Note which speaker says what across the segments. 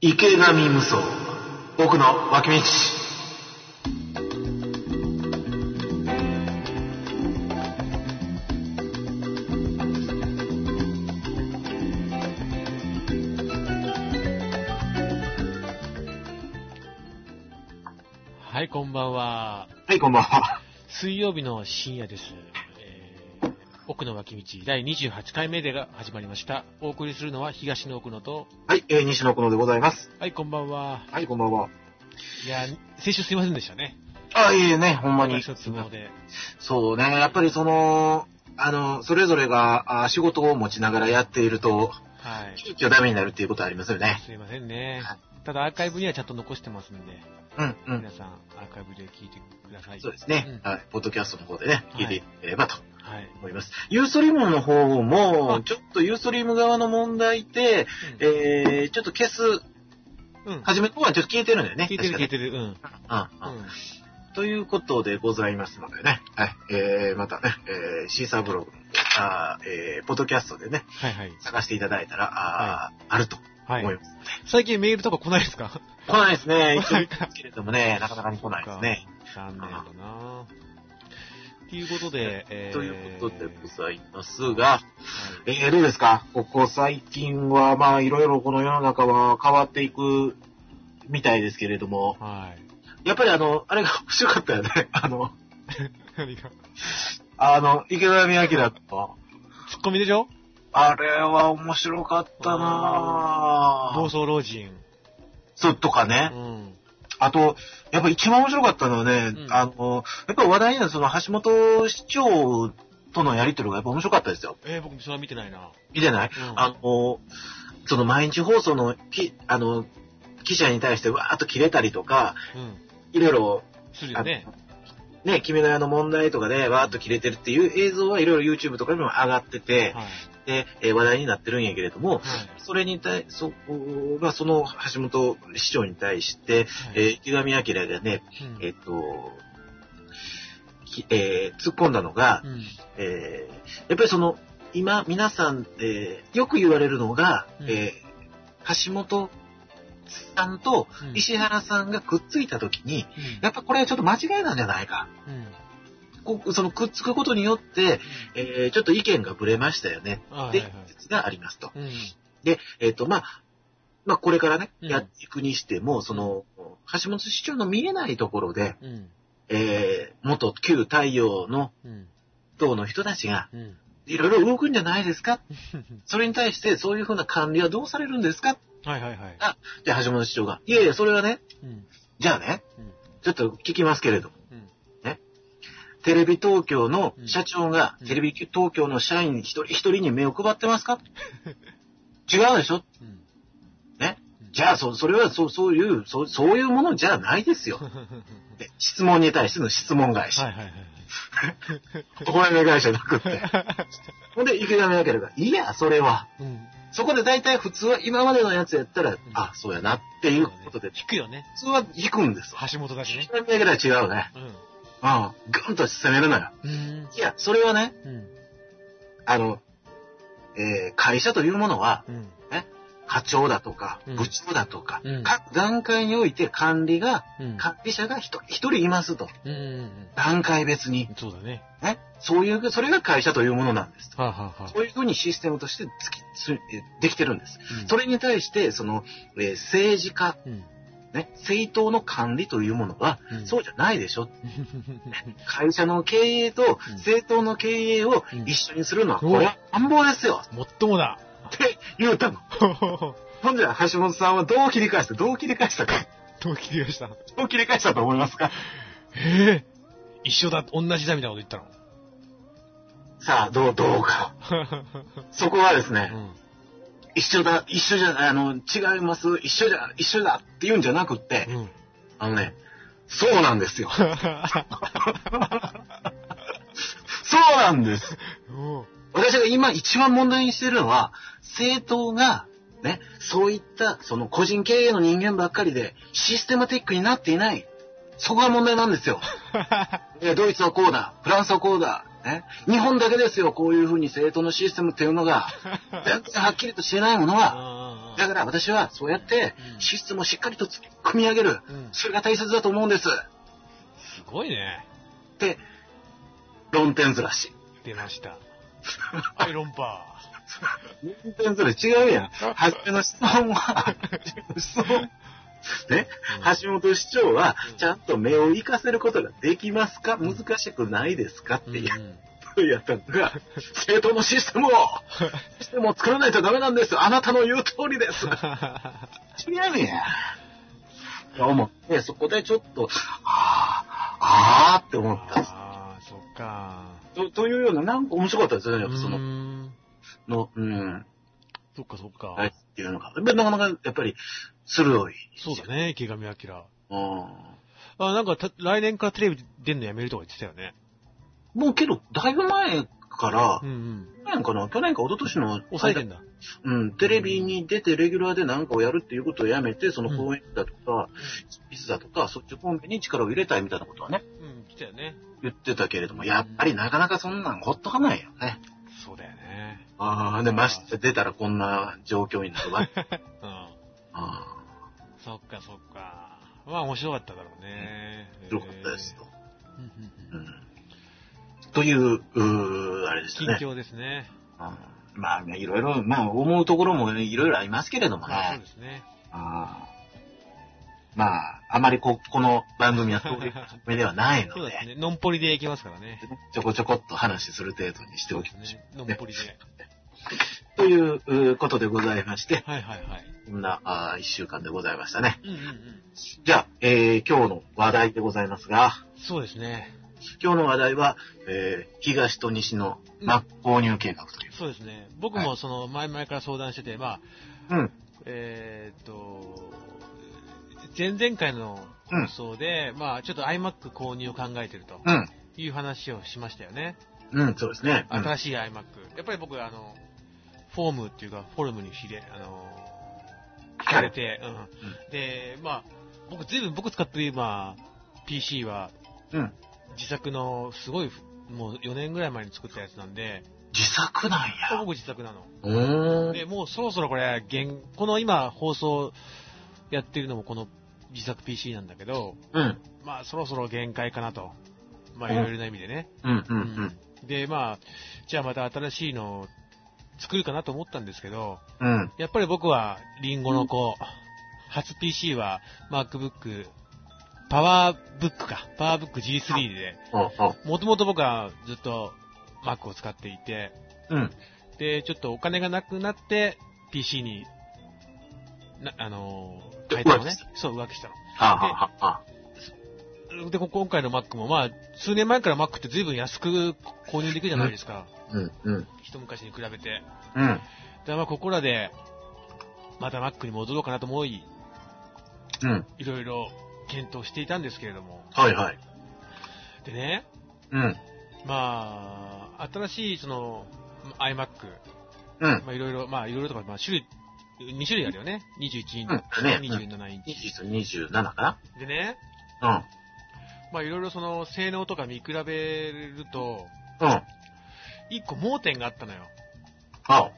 Speaker 1: 池上無双僕の脇道
Speaker 2: はい、こんばんは。
Speaker 1: はいこんばんは
Speaker 2: 水曜日の深夜です。えー奥の脇道第28回目でが始まりました。お送りするのは東の奥野と、
Speaker 1: はい、えー、西野小野でございます
Speaker 2: はい、こんばんは。
Speaker 1: はいこんばんはい
Speaker 2: や、先週すいませんでしたね。
Speaker 1: あいえいえねほんまに
Speaker 2: 私の都合で。
Speaker 1: そうねやっぱりそのあのそれぞれがあ仕事を持ちながらやっていると
Speaker 2: はい。
Speaker 1: 急遽ダメになるっていうことはありますよね
Speaker 2: すいませんね
Speaker 1: は。
Speaker 2: ただアーカイブにはちゃんと残してますんで、
Speaker 1: うんうん
Speaker 2: 皆さんアーカイブで聞いてください。
Speaker 1: そうですね、
Speaker 2: うん
Speaker 1: はいポッドキャストの方でね聞いていければと
Speaker 2: はい。
Speaker 1: 思います、ユーストリームの方も
Speaker 2: あ
Speaker 1: ちょっとユーストリーム側の問題で、
Speaker 2: うん
Speaker 1: えー、ちょっと消す
Speaker 2: うん。
Speaker 1: 初めの方はちょっと消えてるんだよね
Speaker 2: 聞いてる聞い
Speaker 1: る
Speaker 2: てる。うん。うん。
Speaker 1: うんうんということでございますのでね、はい、えー、またね、えー、シーサーブログ、あーえー、ポッドキャストでね、
Speaker 2: はいはい。
Speaker 1: 探していただいたら、あーあると
Speaker 2: は
Speaker 1: 思い
Speaker 2: い。
Speaker 1: ます。
Speaker 2: 最近メールとか来ないですか
Speaker 1: 来ないですね、 一応
Speaker 2: 来な
Speaker 1: 言
Speaker 2: い
Speaker 1: っ
Speaker 2: か
Speaker 1: たんですけれどもね、なかなかに来ないですね。
Speaker 2: 残念だなということで、 えー
Speaker 1: ということでございますが、
Speaker 2: はい
Speaker 1: えー、どうですかここ最近は、まあ、いろいろこの世の中は変わっていくみたいですけれども、
Speaker 2: はい。
Speaker 1: やっぱりあの、あれが面白かったよね。 あの、
Speaker 2: 何か。
Speaker 1: あの、池上彰と、
Speaker 2: ツッコミでしょ
Speaker 1: あれは面白かったな
Speaker 2: 暴
Speaker 1: ぁ。
Speaker 2: 走老人。
Speaker 1: そうとか
Speaker 2: う
Speaker 1: ね。
Speaker 2: ん。
Speaker 1: あと、やっぱ一番面白かったのはね、
Speaker 2: うん
Speaker 1: あの、やっぱ話題になるその橋本市長とのやりとりがやっぱ面白かったですよ。
Speaker 2: えー、僕それは見てないな。
Speaker 1: 見てない、
Speaker 2: うん
Speaker 1: あの、その毎日放送のき、あの、記者に対してわーっと切れたりとか、
Speaker 2: うん。
Speaker 1: いろいろ、
Speaker 2: するよね。
Speaker 1: ね、君の屋の問題とかでわーっと切れてるっていう映像はいろいろ YouTube とかにも上がってて、
Speaker 2: はい。
Speaker 1: で、えー話題になってるんやけれども、
Speaker 2: はい
Speaker 1: それに対、そこが、その橋本市長に対して、
Speaker 2: はい
Speaker 1: えー、池上彰がね、
Speaker 2: うん
Speaker 1: えっ、と、きえー突っ込んだのが、
Speaker 2: うん。
Speaker 1: えーやっぱりその、今、皆さん、えーよく言われるのが、
Speaker 2: うん
Speaker 1: えー橋本さんと
Speaker 2: うん
Speaker 1: 石原さんがくっついたときに、
Speaker 2: うん
Speaker 1: やっぱこれはちょっと間違いなんじゃないか。
Speaker 2: うん。
Speaker 1: こうそのくっつくことによって、えーちょっと意見がぶれましたよね。
Speaker 2: あはい
Speaker 1: で
Speaker 2: はい。、
Speaker 1: 説がありますと。
Speaker 2: うん。
Speaker 1: で、えっ、と、まあ、まあ、これからね、
Speaker 2: うん
Speaker 1: やっていくにしても、その、橋本市長の見えないところで、
Speaker 2: うん。
Speaker 1: えー元旧太陽の
Speaker 2: うん。
Speaker 1: 党の人たちが、
Speaker 2: うん。
Speaker 1: いろいろ動くんじゃないですかそれに対して、そういうふうな管理はどうされるんですかっ
Speaker 2: はいはいはい。
Speaker 1: て橋本市長が、いやいや、それはね、
Speaker 2: うん。
Speaker 1: じゃあね
Speaker 2: うん、
Speaker 1: ちょっと聞きますけれども
Speaker 2: うん、
Speaker 1: ね、テレビ東京の社長が
Speaker 2: う、ん
Speaker 1: テレビ東京の社員一人一人に目を配ってますか違うでしょ
Speaker 2: うん。
Speaker 1: ね
Speaker 2: うん。
Speaker 1: じゃあ、そ、それは、そう、そういう、そう、そういうものじゃないですよ。
Speaker 2: はいはい
Speaker 1: で質問に対しての質問返し。
Speaker 2: はいはい。
Speaker 1: お前の返しじゃなくって。ほんで、池上彰が、いや、それは。
Speaker 2: うん。
Speaker 1: そこで大体普通は今までのやつやったら、あ、そうやなっていうことで、
Speaker 2: 聞くよね。
Speaker 1: 普通は引くんですわ。
Speaker 2: 橋本だしね
Speaker 1: 池。上彰は違うね。
Speaker 2: うん。
Speaker 1: うん。ぐんと攻めるのよ。
Speaker 2: うん。
Speaker 1: いや、それはね、
Speaker 2: うん。
Speaker 1: あの、えー会社というものは、
Speaker 2: うん。
Speaker 1: 課長だとか、
Speaker 2: うん
Speaker 1: 部長だとか、
Speaker 2: うん
Speaker 1: 各段階において管理が、
Speaker 2: うん。
Speaker 1: 管理者が一人一人いますと。
Speaker 2: うんうん
Speaker 1: 段階別に
Speaker 2: う。ん。そうだね。
Speaker 1: ね、そういう、それが会社というものなんですと。
Speaker 2: はあはあはあ
Speaker 1: そういうふうにシステムとしてつきつえできてるんです。
Speaker 2: うん
Speaker 1: それに対して、その、えー政治家、
Speaker 2: うん。
Speaker 1: ね、政党の管理というものは、
Speaker 2: うん
Speaker 1: そうじゃないでしょ。会社の経営と
Speaker 2: うん
Speaker 1: 政党の経営を
Speaker 2: うん
Speaker 1: 一緒にするのは、
Speaker 2: うん
Speaker 1: これは乱暴ですよ。
Speaker 2: もっとも だ。
Speaker 1: って言うたの。ほんじゃ、橋本さんはどう切り返したどう切り返したか
Speaker 2: どう聞きました
Speaker 1: どう切り返したと思いますか
Speaker 2: ええ一緒だ、同じだみたいなこと言ったの。
Speaker 1: さあ、どう、どうか。そこはですね、
Speaker 2: うん
Speaker 1: 一緒だ、一緒じゃ、あの、違います、一緒じゃ、一緒だって言うんじゃなくって、
Speaker 2: うん。
Speaker 1: あのね、そうなんですよ。そうなんです。
Speaker 2: おう
Speaker 1: 私が今一番問題にしてるのは、政党が、ね、そういった、その個人経営の人間ばっかりで、システマティックになっていない。そこが問題なんですよ。ねドイツはこうだ、フランスはこうだ、ね、日本だけですよ、こういうふうに政党のシステムっていうのが、全然はっきりとしてないものは、
Speaker 2: あ
Speaker 1: だから私はそうやって
Speaker 2: うん
Speaker 1: 資質もしっかりとつ組み上げる。
Speaker 2: うん、す
Speaker 1: それが大切だと思うんです。
Speaker 2: ごいね。
Speaker 1: って、論点ずらし。
Speaker 2: 出ました。 はい、論破。
Speaker 1: 論点ずらし違うやん。はじめの質問は、質問。ね、橋本市長は
Speaker 2: うん、
Speaker 1: ちゃんと目を活かせることができますか難しくないですかってやっ
Speaker 2: うん
Speaker 1: とやったのが、政党のシステムを、システムを作らないとダメなんです。あなたの言う通りです。違うやん。と思って、そこでちょっと、あー、あーって思ったんです
Speaker 2: ああ、そっか。
Speaker 1: とというような、なんか面白かったですよね、やっぱそうの、
Speaker 2: ーん
Speaker 1: の、うん、
Speaker 2: そっかそっ
Speaker 1: は
Speaker 2: か
Speaker 1: い。っていうのが。やっぱりなかなか、やっぱり、鋭い。
Speaker 2: そうだね、池上彰。
Speaker 1: うん。
Speaker 2: あ、なんかた、来年からテレビ出んのやめるとか言ってたよね。
Speaker 1: もうけど、だいぶ前から
Speaker 2: う、んうん。
Speaker 1: 去年かな去年か一昨年の、
Speaker 2: 抑えてんだ。
Speaker 1: うん、テレビに出てレギュラーで何かをやるっていうことをやめて、その講演だとか、ビスだとか、そっち方面に力を入れたいみたいなことはね、
Speaker 2: うん、来たよね。
Speaker 1: 言ってたけれども、やっぱりなかなかそんなんほっとかないよね。
Speaker 2: そうだよね。
Speaker 1: ああ、で、まして出たらこんな状況になるわ。
Speaker 2: うん。
Speaker 1: あ
Speaker 2: そっかそっか。まあ面白かっただろうね。
Speaker 1: あ、よかったですよ。
Speaker 2: えー。うんう
Speaker 1: う
Speaker 2: んうん
Speaker 1: ん。という、うーあれです
Speaker 2: 近
Speaker 1: ね。
Speaker 2: 況ですね。
Speaker 1: うんまあね、いろいろ、まあ思うところもいろいろありますけれども
Speaker 2: まあそう
Speaker 1: ね。
Speaker 2: ですね。
Speaker 1: あーまあ、あまりこ、この番組はそういう目ではないの
Speaker 2: そう
Speaker 1: で
Speaker 2: で。すね。のんぽりでいきますからね。
Speaker 1: ちょこちょこっと話する程度にしておきましょ
Speaker 2: ねのんぽりで。
Speaker 1: う。といううーことでございまして、
Speaker 2: はいはいはい。
Speaker 1: こんなあー一週間でございましたね。
Speaker 2: うんうんうん。
Speaker 1: じゃあ、えー今日の話題でございますが、
Speaker 2: そうですね。
Speaker 1: 今日の話題は、えー東と西の真っ購入計画という。
Speaker 2: そうですね。僕もその前々から相談してて、まあ、
Speaker 1: うん。
Speaker 2: えーっと、前々回の放送で、まあ、ちょっと iMac 購入を考えてると
Speaker 1: うん。
Speaker 2: いう話をしましたよね。
Speaker 1: うん、そうですね。うん
Speaker 2: 新しい iMac。やっぱり僕、あの、フォームっていうか、フォルムにひれ、あの、惹かれて、うんで、まあ、僕、ずいぶん僕使ってる今、PC は、
Speaker 1: うん
Speaker 2: 自作の、すごい、もう4年ぐらい前に作ったやつなんで、
Speaker 1: 自作なん
Speaker 2: これ
Speaker 1: や。
Speaker 2: 僕自作なの。
Speaker 1: うーん。
Speaker 2: で、もうそろそろこれ、現この今放送やってるのもこの自作 PC なんだけど、
Speaker 1: うん。
Speaker 2: まあそろそろ限界かなと。まあ
Speaker 1: うん
Speaker 2: いろいろな意味でね。
Speaker 1: うん、うん、うん。
Speaker 2: で、まあ、じゃあまた新しいのを作るかなと思ったんですけど、
Speaker 1: うん。
Speaker 2: やっぱり僕はリンゴの子、初 PC は MacBook、パワーブックか、パワーブック G3 で、
Speaker 1: おお
Speaker 2: もともと僕はずっと Mac を使っていて、
Speaker 1: うん。
Speaker 2: で、ちょっとお金がなくなって、PC に、な、あのー、変えたの
Speaker 1: 浮気
Speaker 2: ね
Speaker 1: し。
Speaker 2: そう、浮気したの。
Speaker 1: はあ、はあ、はあ。
Speaker 2: で、こ今回の Mac も、まあ、数年前から Mac って随分安く購入できるじゃないですか。
Speaker 1: うん、うん。
Speaker 2: 一昔に比べて。
Speaker 1: うん。
Speaker 2: で、まあ、ここらで、また Mac に戻ろうかなと思い、
Speaker 1: うん。
Speaker 2: いろいろ検討していたんですけれども。
Speaker 1: はい、はい。
Speaker 2: でね、
Speaker 1: うん。
Speaker 2: まあ、新しい、その、iMac、
Speaker 1: うん。
Speaker 2: まあ、いろいろ、まあ、いろいろとか、まあ、種類、2種類あるよね。21インチ、
Speaker 1: うんねうん
Speaker 2: 27インチ。
Speaker 1: 20と27か
Speaker 2: でね、
Speaker 1: な
Speaker 2: まあいろいろその性能とか見比べると、
Speaker 1: うん。うん。
Speaker 2: 一個盲点があったのよ。
Speaker 1: あ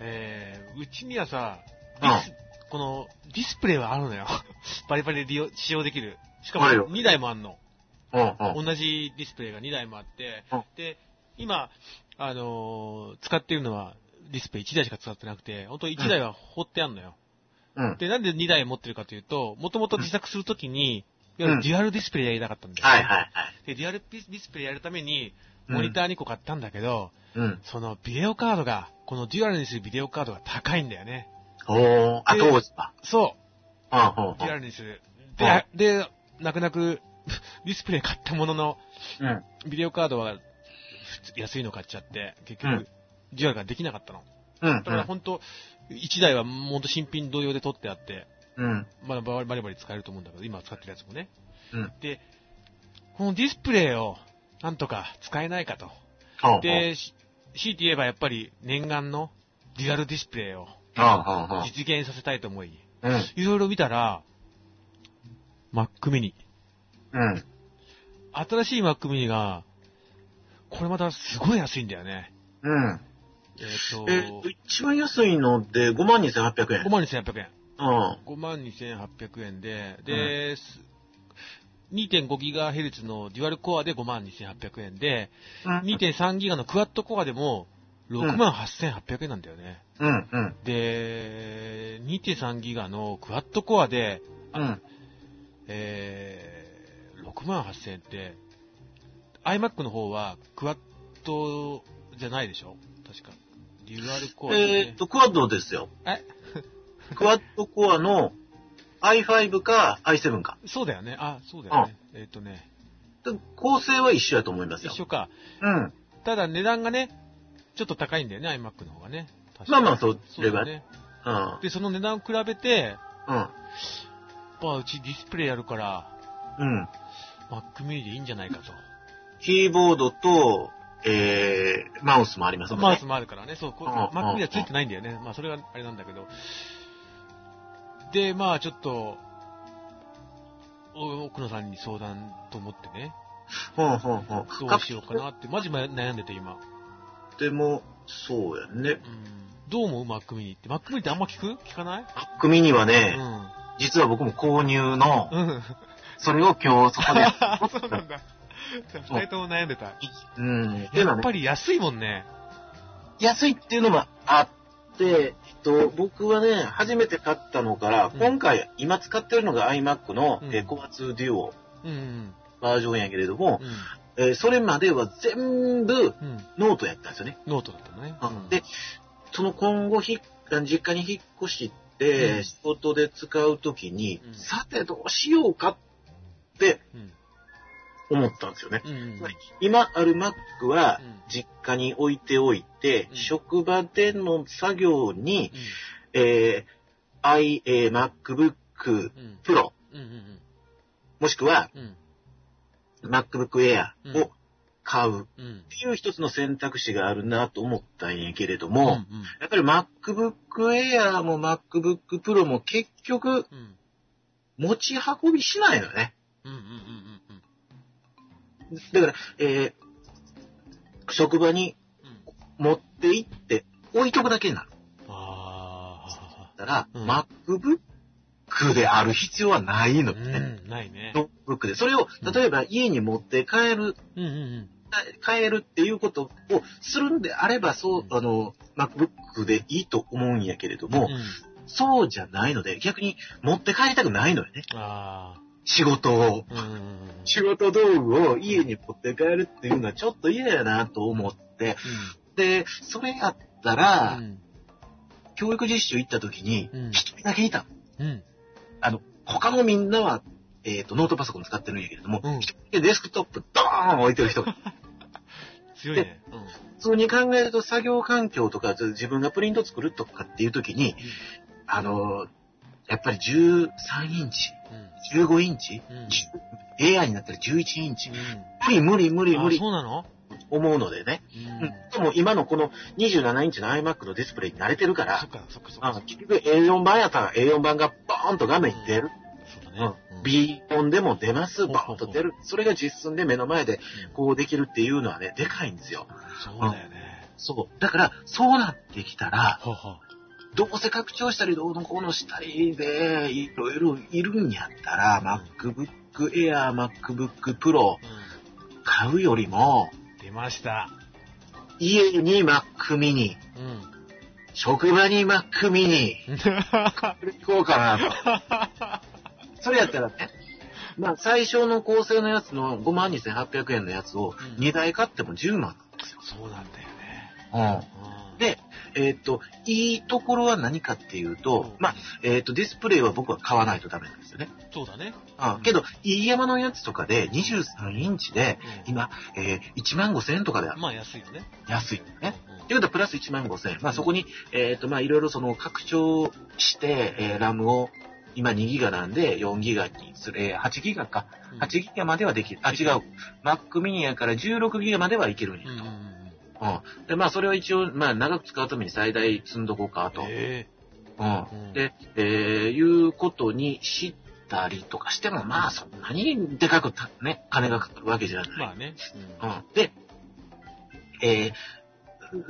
Speaker 2: えー、うちにはさ、
Speaker 1: う
Speaker 2: デ
Speaker 1: ん
Speaker 2: ィスこのディスプレイはあるのよ。 バリバリで利用使用できる。しかも
Speaker 1: あるよ
Speaker 2: 2台もあんの。
Speaker 1: うん、うん。
Speaker 2: 同じディスプレイが2台もあって
Speaker 1: うん、
Speaker 2: で、今、あのー使ってるのはディスプレイ1台しか使ってなくて、本当1台は放ってあんのよ。
Speaker 1: うん。
Speaker 2: で、なんで2台持ってるかというと、もともと自作するときに、い
Speaker 1: ん
Speaker 2: わゆるデュアルディスプレイやりたかったんだよ。
Speaker 1: はい、はい、はい。
Speaker 2: で、デュアルディスプレイやるために、
Speaker 1: うん
Speaker 2: モニター2個買ったんだけど、
Speaker 1: うん。
Speaker 2: そのビデオカードが、このデュアルにするビデオカードが高いんだよね。
Speaker 1: おー、あ、
Speaker 2: で
Speaker 1: 当時は。
Speaker 2: そ
Speaker 1: うん、うん
Speaker 2: う、デュアルにする。で、
Speaker 1: は
Speaker 2: で、泣く泣く、 ディスプレイ買ったものの、
Speaker 1: うん、うん。
Speaker 2: ビデオカードは普通安いの買っちゃって、結
Speaker 1: う
Speaker 2: 局
Speaker 1: ん、
Speaker 2: デュアルができなかったの。
Speaker 1: うん、
Speaker 2: だから本当、1台は本当新品同様で取ってあって、
Speaker 1: うん。
Speaker 2: まあ、バリバリバリ使えると思うんだけど、今使ってるやつもね。
Speaker 1: うん
Speaker 2: で、このディスプレイを、なんとか使えないかと。
Speaker 1: うん。
Speaker 2: で、し強いて言えばやっぱり念願のデュアルディスプレイを
Speaker 1: うん、うん、うん。
Speaker 2: 実現させたいと思い、
Speaker 1: うん。
Speaker 2: いろいろ見たら、Mac mini。
Speaker 1: うん。
Speaker 2: 新しい Mac mini が、これまたすごい安いんだよね。
Speaker 1: うん。
Speaker 2: えーっと、
Speaker 1: えー一番安いので5万2800円
Speaker 2: 5。万2800円。
Speaker 1: うん。
Speaker 2: 5万2800円で、で、す2.5ギガヘルツのデュアルコアで5万2800円で、2.3ギガのクワッドコアでも6万8800円なんだよね。
Speaker 1: うん、うん、
Speaker 2: で、2.3ギガのクワッドコアで、
Speaker 1: うん。
Speaker 2: えー、6万8000円って、iMac の方はクワッドじゃないでしょ確か。デュアルコアで、
Speaker 1: えーっと、クワッドですよ。
Speaker 2: え
Speaker 1: クワッドコアの i5 か i7 か。
Speaker 2: そうだよね。あ、そうだよね。えーっ、とね、
Speaker 1: で構成は一緒やと思いますよ
Speaker 2: 一。緒か。
Speaker 1: うん。
Speaker 2: ただ値段がね、ちょっと高いんだよね、iMac の方がね。確か
Speaker 1: まあまあ、そうす
Speaker 2: そう
Speaker 1: れ
Speaker 2: だ
Speaker 1: ば
Speaker 2: よ
Speaker 1: ね。
Speaker 2: ね。
Speaker 1: うん。
Speaker 2: で、その値段を比べて、
Speaker 1: うん。
Speaker 2: まあ、うちディスプレイやるから、
Speaker 1: うん。
Speaker 2: Mac mini でいいんじゃないか
Speaker 1: キーボードと、えー、マウスもあります
Speaker 2: と。
Speaker 1: もん
Speaker 2: マウ
Speaker 1: ね
Speaker 2: ス。もあるからね、そう、こ
Speaker 1: うん
Speaker 2: Mac
Speaker 1: う
Speaker 2: mini
Speaker 1: ん
Speaker 2: はついてないんだよね。まあ、それがあれなんだけど。で、まあ、ちょっと、お奥野さんに相談と思ってね、
Speaker 1: ほんほんほん。
Speaker 2: ど
Speaker 1: カ
Speaker 2: う
Speaker 1: プ
Speaker 2: し
Speaker 1: セル
Speaker 2: ようかなって、マジ悩んでて今。
Speaker 1: でも、そうやね
Speaker 2: う。ん。どう思う ?Mac mini って。Mac mini ってあんま聞く聞かない
Speaker 1: 組には
Speaker 2: う
Speaker 1: ね、
Speaker 2: ん。
Speaker 1: 実は僕も購入の、
Speaker 2: うん。
Speaker 1: それを今日そこ で。
Speaker 2: あ、そうなんだ。二人とも悩んでた。
Speaker 1: うん。っていうの
Speaker 2: や
Speaker 1: は
Speaker 2: っ
Speaker 1: ね
Speaker 2: ぱり安いもんね。
Speaker 1: 安いっていうのもあって、えっと、僕はね、初めて買ったのから、
Speaker 2: うん
Speaker 1: 今回、今使ってるのが iMac の、
Speaker 2: うん
Speaker 1: えー、コア2デュオ
Speaker 2: うんうん。
Speaker 1: バージョンやけれども
Speaker 2: う、ん。
Speaker 1: えーそれまでは全部
Speaker 2: うん。
Speaker 1: ノートやったんですよね。
Speaker 2: ノートだったのね。うん、
Speaker 1: で、その今後ひ、実家に引っ越して、
Speaker 2: うん
Speaker 1: 仕事で使うときに、
Speaker 2: うん
Speaker 1: さてどうしようかって
Speaker 2: うん。
Speaker 1: 思ったんですよね。
Speaker 2: うんうん。
Speaker 1: はい今ある Mac は
Speaker 2: うん
Speaker 1: 実家に置いておいて、
Speaker 2: うん
Speaker 1: 職場での作業に、
Speaker 2: う
Speaker 1: えー、i、えー、MacBook
Speaker 2: ん。
Speaker 1: Pro、
Speaker 2: うん。うん。
Speaker 1: もしくは
Speaker 2: うん。
Speaker 1: MacBook Air を買うっ
Speaker 2: うん。うん。
Speaker 1: ていう一つの選択肢があるなと思ったんやけれど
Speaker 2: うん。う
Speaker 1: も、
Speaker 2: ん。
Speaker 1: やっぱり MacBook Air も MacBook Pro も結局
Speaker 2: うん。
Speaker 1: 持ち運びしないのよね。
Speaker 2: うん。うん。うん。うん。
Speaker 1: だから、えー、職場に持って行って置いとくだけになる
Speaker 2: あ
Speaker 1: だから、
Speaker 2: うん
Speaker 1: MacBook である必要はない
Speaker 2: あ。
Speaker 1: の
Speaker 2: う
Speaker 1: よね。
Speaker 2: ん。ないね。
Speaker 1: ノートブックで。それを、例えば家に持って帰る
Speaker 2: うん。うん。
Speaker 1: 変えるっていうことをするんであれば、そう、
Speaker 2: うん
Speaker 1: あの、MacBook でいいと思うんやけれど
Speaker 2: うん。
Speaker 1: も、
Speaker 2: うん。
Speaker 1: そうじゃないので、逆に持って帰りたくないのよね。
Speaker 2: あ
Speaker 1: 仕事を。
Speaker 2: あ。うん。
Speaker 1: 仕事道具を家に持って帰るっていうのはちょっと嫌やなと思って、で、それやったら、
Speaker 2: うん。
Speaker 1: 教育実習行った時に、
Speaker 2: うん
Speaker 1: 一人だけいたの。
Speaker 2: うん。
Speaker 1: 他のみんなは、えっ、と、ノートパソコン使ってるんやけれども、
Speaker 2: うん。
Speaker 1: でデスクトップドーン置いてる 人が
Speaker 2: 強いね。うん。
Speaker 1: 普通に考えると作業環境とかず自分がプリント作るとかっていう時に、あのー、やっぱり13インチ、
Speaker 2: うん。
Speaker 1: 15インチ、
Speaker 2: うん。うん。
Speaker 1: AI になったら11インチ、無理無理無理無
Speaker 2: あ、
Speaker 1: 理
Speaker 2: そうなの
Speaker 1: 思うのでね。
Speaker 2: う
Speaker 1: うんん。でも今のこの27インチの iMac のディスプレイに慣れてるか
Speaker 2: そ
Speaker 1: ら
Speaker 2: っ、か、そっか、そっ
Speaker 1: あ
Speaker 2: か。
Speaker 1: 結局 A4 版やったら A4 版がボーンと画面に出る。
Speaker 2: そうだ
Speaker 1: う
Speaker 2: ね
Speaker 1: ん。B 音でも出ます、ボーンと出る。それが実寸で目の前でこうできるっていうのはね、でかいんですよ。
Speaker 2: そうだよね。
Speaker 1: そう。だから、そうなってきたら、
Speaker 2: ほうほう。
Speaker 1: どうせ拡張したりどうのこうのしたりで、いろいろいるんやったら、MacBook Air、MacBook Pro
Speaker 2: う
Speaker 1: 買うよりも、
Speaker 2: ん。出ました。
Speaker 1: 家に Mac mini、
Speaker 2: うん。
Speaker 1: 職場に Mac mini、これ行こうかなと。 それやったらね、まあ最初の構成のやつの52,800円のやつを
Speaker 2: うん
Speaker 1: 2台買っても10万。
Speaker 2: そうなんだよね。うん
Speaker 1: でえっ、と、いいところは何かっていうと、まあ、、えっ、と、ディスプレイは僕は買わないとダメなんですよね。
Speaker 2: そうだね。
Speaker 1: あけど、いい山のやつとかで23インチで、
Speaker 2: うん
Speaker 1: 今、えー、1万5千円とかで
Speaker 2: まあ安いよね。
Speaker 1: 安いね。
Speaker 2: うん
Speaker 1: っていうことはプラス1万5千円。まあそこに、えっ、と、まあいろいろその拡張して、えーラムを、今2ギガなんで4ギガにする、えー8ギガか。
Speaker 2: うん
Speaker 1: 8ギガまではできる。あ、違う。Mac mini やから16ギガまではいけるんや
Speaker 2: うんうんうん
Speaker 1: と。うん。で、まあそれを一応、まあ長く使うために最大積んどこうか
Speaker 2: うん
Speaker 1: と。
Speaker 2: え
Speaker 1: うん
Speaker 2: えうん
Speaker 1: で、えーいうことにしたりとかしても、まあそんなにでかくたね、金がかかるわけじゃない。
Speaker 2: まあね。うん
Speaker 1: うん、で、えー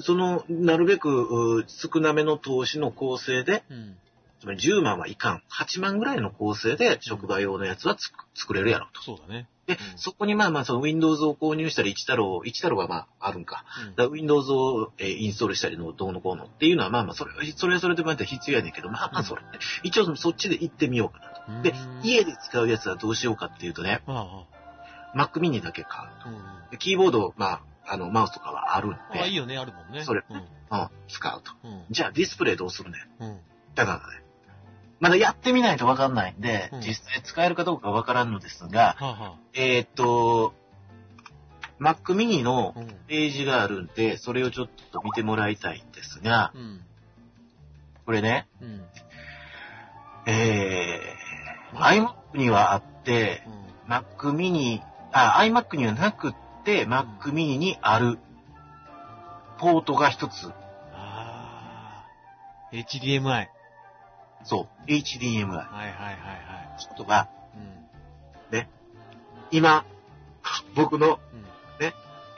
Speaker 1: その、なるべくう少なめの投資の構成で、
Speaker 2: うん。
Speaker 1: つまり10万はいかん、8万ぐらいの構成で職場用のやつはつく作れるやろと。
Speaker 2: そうだね。
Speaker 1: で、
Speaker 2: うん
Speaker 1: そこにまあまあその Windows を購入したり、1太郎、1太郎はまああるんか。
Speaker 2: うん
Speaker 1: だから Windows を、えーインストールしたりのどうのこうのっていうのはまあまあそれ、それはそれでまた必要やねんけど、まあまあそれ、一応そっちで行ってみようかな
Speaker 2: う
Speaker 1: と。
Speaker 2: ん
Speaker 1: で、家で使うやつはどうしようかっていうとね、
Speaker 2: あ
Speaker 1: Mac mini だけ買う。
Speaker 2: あ、うんうん。あ
Speaker 1: でキーボード、まあ、あの、マウスとかはあるんで、
Speaker 2: あ、いいよね、あるもんね。
Speaker 1: それ
Speaker 2: うん。
Speaker 1: うん、使うと。
Speaker 2: うん。
Speaker 1: じゃあディスプレイどうするね
Speaker 2: うん。
Speaker 1: だからね、まだやってみないとわかんないんで、
Speaker 2: うん
Speaker 1: 実際使えるかどうかわからんのですが、
Speaker 2: はあ、は
Speaker 1: えーっと、Mac mini の
Speaker 2: あ、うん。
Speaker 1: ページがあるんで、それをちょっと見てもらいたいんですが、
Speaker 2: うん。
Speaker 1: これね、
Speaker 2: うん。
Speaker 1: えー、iMac にはあって、
Speaker 2: うん。
Speaker 1: Mac mini、あ、iMac にはなくって、Mac mini にある、ポートが一つ、
Speaker 2: ああ、HDMI。はい
Speaker 1: そう、HDMI。
Speaker 2: はいはいは
Speaker 1: ちょっとが、
Speaker 2: い。うん。
Speaker 1: 今、僕の、
Speaker 2: うん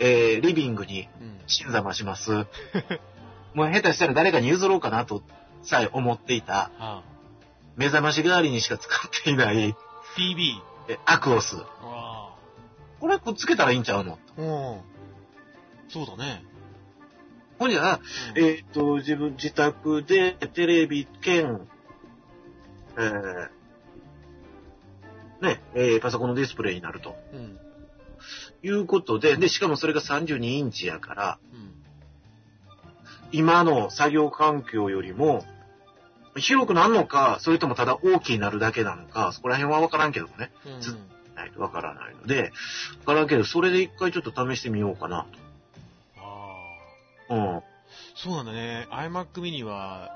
Speaker 1: えー、リビングに
Speaker 2: うん。
Speaker 1: 新ざまします。 もう下手したら誰かに譲ろうかなとさえ思っていた、
Speaker 2: はあ。
Speaker 1: 目覚まし代わりにしか使っていない、
Speaker 2: TV。
Speaker 1: えアクオス。
Speaker 2: あ
Speaker 1: これくっつけたらいいんちゃうの
Speaker 2: あ。うん。そうだね。
Speaker 1: ほんじゃ、
Speaker 2: うん
Speaker 1: えーっと、自分自宅でテレビ兼、えーね、えーパソコンのディスプレイになると
Speaker 2: うん。
Speaker 1: いうことで、で、しかもそれが32インチやから、
Speaker 2: うん。
Speaker 1: 今の作業環境よりも、広くなるのか、それともただ大きくなるだけなのか、そこら辺は分からんけどね。
Speaker 2: うん。
Speaker 1: ずはい、分からないので、分からんけど、それで一回ちょっと試してみようかな
Speaker 2: ああ。
Speaker 1: と。うん。
Speaker 2: そうなんだね。iMac mini は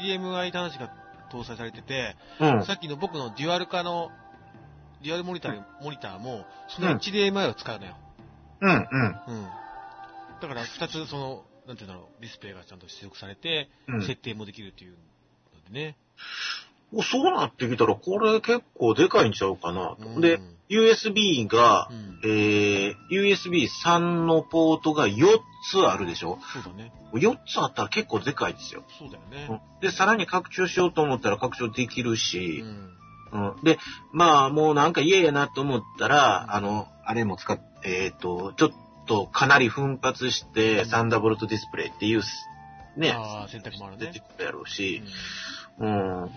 Speaker 2: HDMI 端子が搭載されてて、
Speaker 1: うん。
Speaker 2: さっきの僕のデュアル化の、デュアルモニター、モニターも、そ
Speaker 1: うん
Speaker 2: の HDMI を使うのよ。
Speaker 1: うん、うん
Speaker 2: うん。だから二つ、その、なんていうんだろう、ディスプレイがちゃんと出力されて、
Speaker 1: うん。
Speaker 2: 設定もできるっていうのでね。
Speaker 1: もうそうなってきたら、これ結構でかいんちゃうかなと。
Speaker 2: うん
Speaker 1: で、、USB が
Speaker 2: う、ん。
Speaker 1: えー、USB3 のポートが4つあるでしょ
Speaker 2: そうだね。
Speaker 1: ?4 つあったら結構でかいですよ。
Speaker 2: そうだよ
Speaker 1: う
Speaker 2: ね
Speaker 1: ん。で、さらに拡張しようと思ったら拡張できるし、
Speaker 2: うん。
Speaker 1: うんで、まあ、もうなんか嫌やなと思ったら、あの、あれも使っえっ、と、ちょっとかなり奮発して、
Speaker 2: うん
Speaker 1: サンダーボルトディスプレイっていうす、ね、
Speaker 2: ああ、選択もある
Speaker 1: 出
Speaker 2: ね
Speaker 1: て。くるやろうし、
Speaker 2: う
Speaker 1: うん。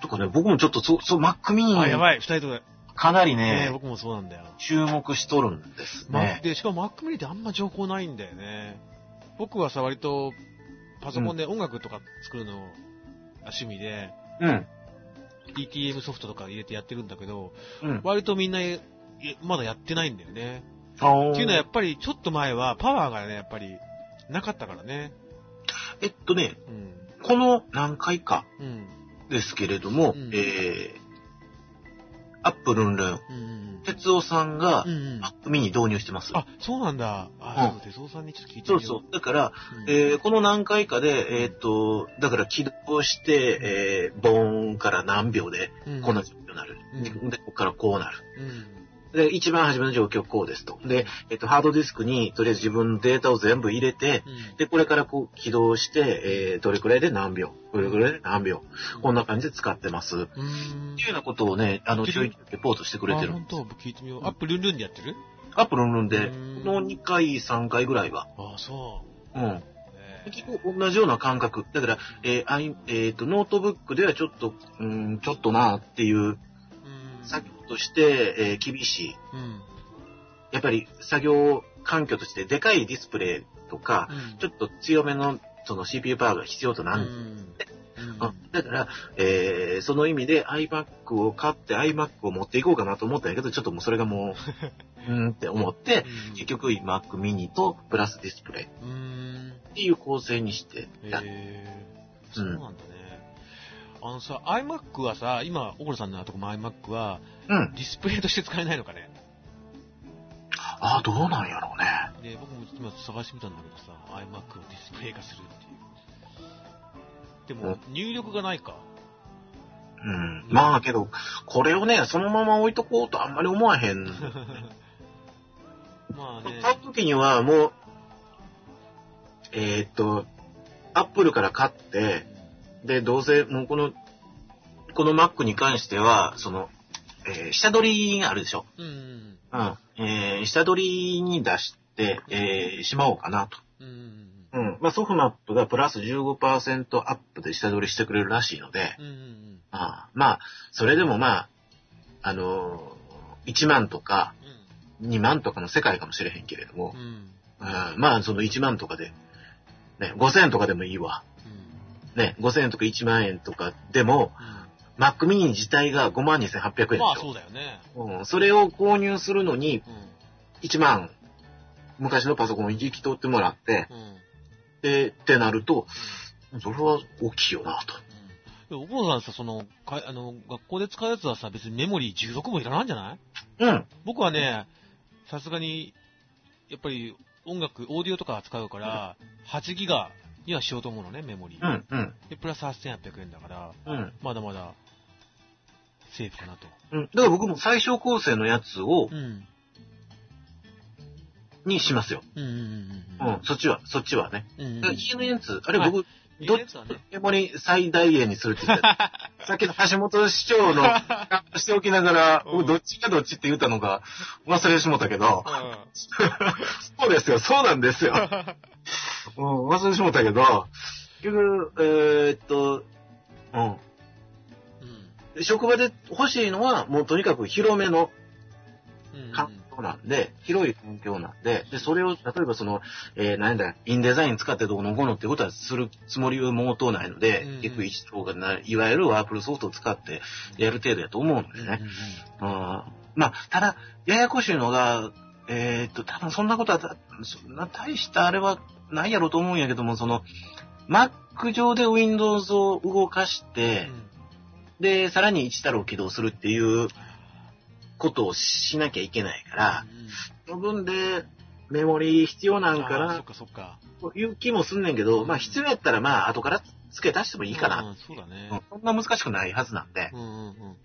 Speaker 1: とかね、僕もちょっと、そ、そう、マックミニ
Speaker 2: んあ、や
Speaker 1: に
Speaker 2: ばい、二人ともね
Speaker 1: かなり
Speaker 2: え、
Speaker 1: ね、
Speaker 2: 僕もそうなんだよ。
Speaker 1: 注目しとるんです
Speaker 2: ま
Speaker 1: ね。
Speaker 2: で、しかも Mac mini ってあんま情報ないんだよね。僕はさ、割と、パソコンで音楽とか作るのが趣味で、
Speaker 1: うん。
Speaker 2: DTM ソフトとか入れてやってるんだけど、
Speaker 1: うん。
Speaker 2: 割とみんな、えまだやってないんだよね。
Speaker 1: あ
Speaker 2: っていうのはやっぱり、ちょっと前はパワーがね、やっぱり、なかったからね。
Speaker 1: えっとね、
Speaker 2: うん。
Speaker 1: この何回か
Speaker 2: うん。
Speaker 1: ですけれども、
Speaker 2: うん
Speaker 1: えー、アップルンルン、
Speaker 2: うんうん
Speaker 1: 哲夫さんが
Speaker 2: うん。う、んうん
Speaker 1: マックミニ導入してます。
Speaker 2: あ、そうなんだ。あ、
Speaker 1: うん
Speaker 2: そう、哲夫さんにちょっと聞いて
Speaker 1: そ
Speaker 2: み
Speaker 1: う
Speaker 2: よ
Speaker 1: そう。だから、
Speaker 2: うん。
Speaker 1: えーこの何回かで、えーっと、だから起動して、えーボーンから何秒で、
Speaker 2: うん
Speaker 1: こんな状況になる。
Speaker 2: うん
Speaker 1: で、ここからこうなる。
Speaker 2: うん。
Speaker 1: で、一番初めの状況こうですと。で、えーっと、ハードディスクに、とりあえず自分のデータを全部入れて、
Speaker 2: うん
Speaker 1: で、これからこう起動して、えーどれくらいで何秒、どれくらいで何秒、こんな感じで使ってます。って
Speaker 2: うん。
Speaker 1: いうようなことをね、あの、
Speaker 2: で
Speaker 1: ちょいちょいレポートしてくれて
Speaker 2: あ
Speaker 1: る
Speaker 2: 本。当、僕聞いてみよう。アップルンルンでやってる
Speaker 1: アップルのんで、
Speaker 2: うん
Speaker 1: この2回、3回ぐらいは。
Speaker 2: あ、そう。
Speaker 1: うん。
Speaker 2: ね
Speaker 1: 結局同じような感覚。だから、えーあいえーと、ノートブックではちょっと、うーん、ちょっとなっていう
Speaker 2: うん
Speaker 1: 作業として、えー厳しい。
Speaker 2: うん。
Speaker 1: やっぱり作業環境としてでかいディスプレイとか、ちょ
Speaker 2: っ
Speaker 1: っと強めのその CPU パワーが必要と
Speaker 2: と
Speaker 1: なる。
Speaker 2: ん
Speaker 1: あだから、えーその意味で iMac を買って iMac を持っていこうかなと思ったんやけど、ちょっともうそれがも う、うーんって思って、結局 iMac mini とプラスディスプレイ
Speaker 2: うん。うん。
Speaker 1: っていう構成にして
Speaker 2: へ
Speaker 1: やっ
Speaker 2: えそうなんだね。あのさ、iMac はさ、今、小倉さんのとこも iMac は、
Speaker 1: うん。
Speaker 2: ディスプレイとして使えないのかね。
Speaker 1: ああ、どうなんやろうね。
Speaker 2: で、僕も今探してみたんだけどさ、iMac をディスプレイ化するっていう。でも、入力がないか。
Speaker 1: うんまあけど、これをね、そのまま置いとこうとあんまり思わへん。
Speaker 2: まあね。
Speaker 1: 買うときにはもう、えーっと、アップルから買って、で、どうせ、もうこの、この Mac に関しては、その、えー下取りがあるでしょ。
Speaker 2: うん。うん。
Speaker 1: うん。えー下取りに出して、えーしまおうかなと。
Speaker 2: うんうん。
Speaker 1: うん。まあ、ソフマップがプラス15%アップで下取りしてくれるらしいので、
Speaker 2: うんうんうん。
Speaker 1: ああまあ、それでもまあ、あのー1万とか2万とかの世界かもしれへんけれども
Speaker 2: うん。う、ん。
Speaker 1: うんまあ、その1万とかで、ね、5000とかでもいいわ。ね、5000円とか1万円とかでも、
Speaker 2: う
Speaker 1: Mac mini 自体が5万2800円でし
Speaker 2: ん。
Speaker 1: ょ、
Speaker 2: まあそうだよね。
Speaker 1: うん。それを購入するのに
Speaker 2: う
Speaker 1: 1万、昔のパソコンを行き取ってもらって、
Speaker 2: ん。うん。うん
Speaker 1: で、ってなると、それは大きいよな、と。
Speaker 2: でも、お坊さんさ、その、かあの、学校で使うやつはさ、別にメモリー16もいらないんじゃない
Speaker 1: うん。
Speaker 2: 僕はね、さすがに、やっぱり音楽、オーディオとか扱うから、8ギガにはしようと思うのね、メモリー。
Speaker 1: うん、うん、
Speaker 2: で、プラス8800円だから、
Speaker 1: うん。
Speaker 2: まだまだ、セーフかなと。
Speaker 1: うん。だから僕も最小構成のやつを
Speaker 2: う、ん。
Speaker 1: にしますよ。
Speaker 2: うんうんう
Speaker 1: うんん、そっちは、そっちはね。
Speaker 2: うん。うんうん
Speaker 1: だから家のやつ、あれ僕、
Speaker 2: 家
Speaker 1: ど
Speaker 2: の
Speaker 1: っ
Speaker 2: や
Speaker 1: ち
Speaker 2: つはね
Speaker 1: メモリ最大限にするって言ってた。 さっきの橋本市長の、しておきながら、
Speaker 2: うん
Speaker 1: 僕どっちがどっちって言ったのか忘れしもったけど、
Speaker 2: うん
Speaker 1: そうですよ、そうなんですよ。うん、忘れしもったけど、結局、えーっと、う
Speaker 2: うん
Speaker 1: ん。職場で欲しいのは、もうとにかく広めの
Speaker 2: うんうん
Speaker 1: 環境なんで、広い環境なんで、で、それを、例えばその、えー、なんだ、インデザイン使ってどうのこうのってことはするつもりは毛頭ないので、
Speaker 2: うんうん
Speaker 1: 結局一方がな、いわゆるワープルソフトを使ってやる程度やと思うんでね。うん。まあ、ただ、ややこしいのが、えーっと、多分そんなことはた、そんな大したあれはないやろうと思うんやけども、その、Mac 上で Windows を動かし
Speaker 2: う
Speaker 1: て、
Speaker 2: ん
Speaker 1: で、さらに1タロを起動するっていうことをしなきゃいけないから、その分でメモリー必要なんか
Speaker 2: あーそ
Speaker 1: な
Speaker 2: っかそっか。
Speaker 1: という気もすんねんけど、まあ必要やったらまあ後から付け足してもいいか
Speaker 2: う
Speaker 1: な。
Speaker 2: ん。そうだ
Speaker 1: う
Speaker 2: ね
Speaker 1: ん。そんな難しくないはずなんで。
Speaker 2: うんうんうん。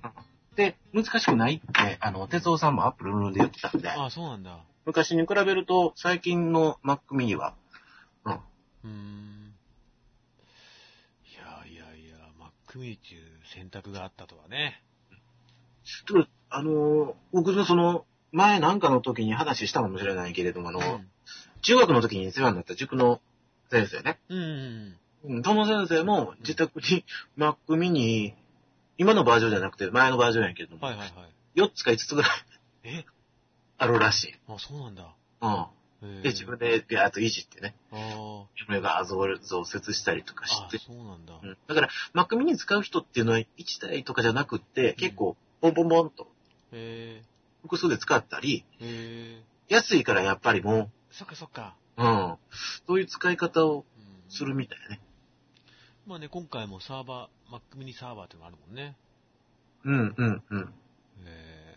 Speaker 1: で、難しくないって、あの、哲夫さんもアップルルで言ってたんで、
Speaker 2: あーそうなんだ。
Speaker 1: 昔に比べると最近の Mac mini は、うん。
Speaker 2: うーん。いやいやいや、マックミニっていう選択があったとはね。
Speaker 1: ちょっとあの、僕のその、前なんかの時に話したかもしれないけれども、あ
Speaker 2: う
Speaker 1: の、
Speaker 2: ん。
Speaker 1: 中学の時に世話になった塾の先生ね。
Speaker 2: うんうん
Speaker 1: うんその先生も自宅に Mac mini、今のバージョンじゃなくて前のバージョンやけど
Speaker 2: うん。
Speaker 1: も、
Speaker 2: はいはいはい。
Speaker 1: 4つか5つぐらい
Speaker 2: え
Speaker 1: あるらしい。
Speaker 2: あ、そうなんだ。
Speaker 1: うん。
Speaker 2: へー
Speaker 1: で、自分でビャーっといじってね、
Speaker 2: あー
Speaker 1: 嫁が増増設したりとか
Speaker 2: あ
Speaker 1: して
Speaker 2: ー、。そうなんだ。
Speaker 1: うん、だから Mac mini 使う人っていうのは1台とかじゃなくって、結構ポンポンポンと
Speaker 2: へ
Speaker 1: 複数で使ったり、
Speaker 2: え。へえ。
Speaker 1: 安いからやっぱりも
Speaker 2: そっかそっか。
Speaker 1: う、うん。そういう使い方を
Speaker 2: うん
Speaker 1: するみたいね。
Speaker 2: まあね、今回もサーバー、マックミニサーバーっていうのがあるもんね。
Speaker 1: うんうんうん。
Speaker 2: え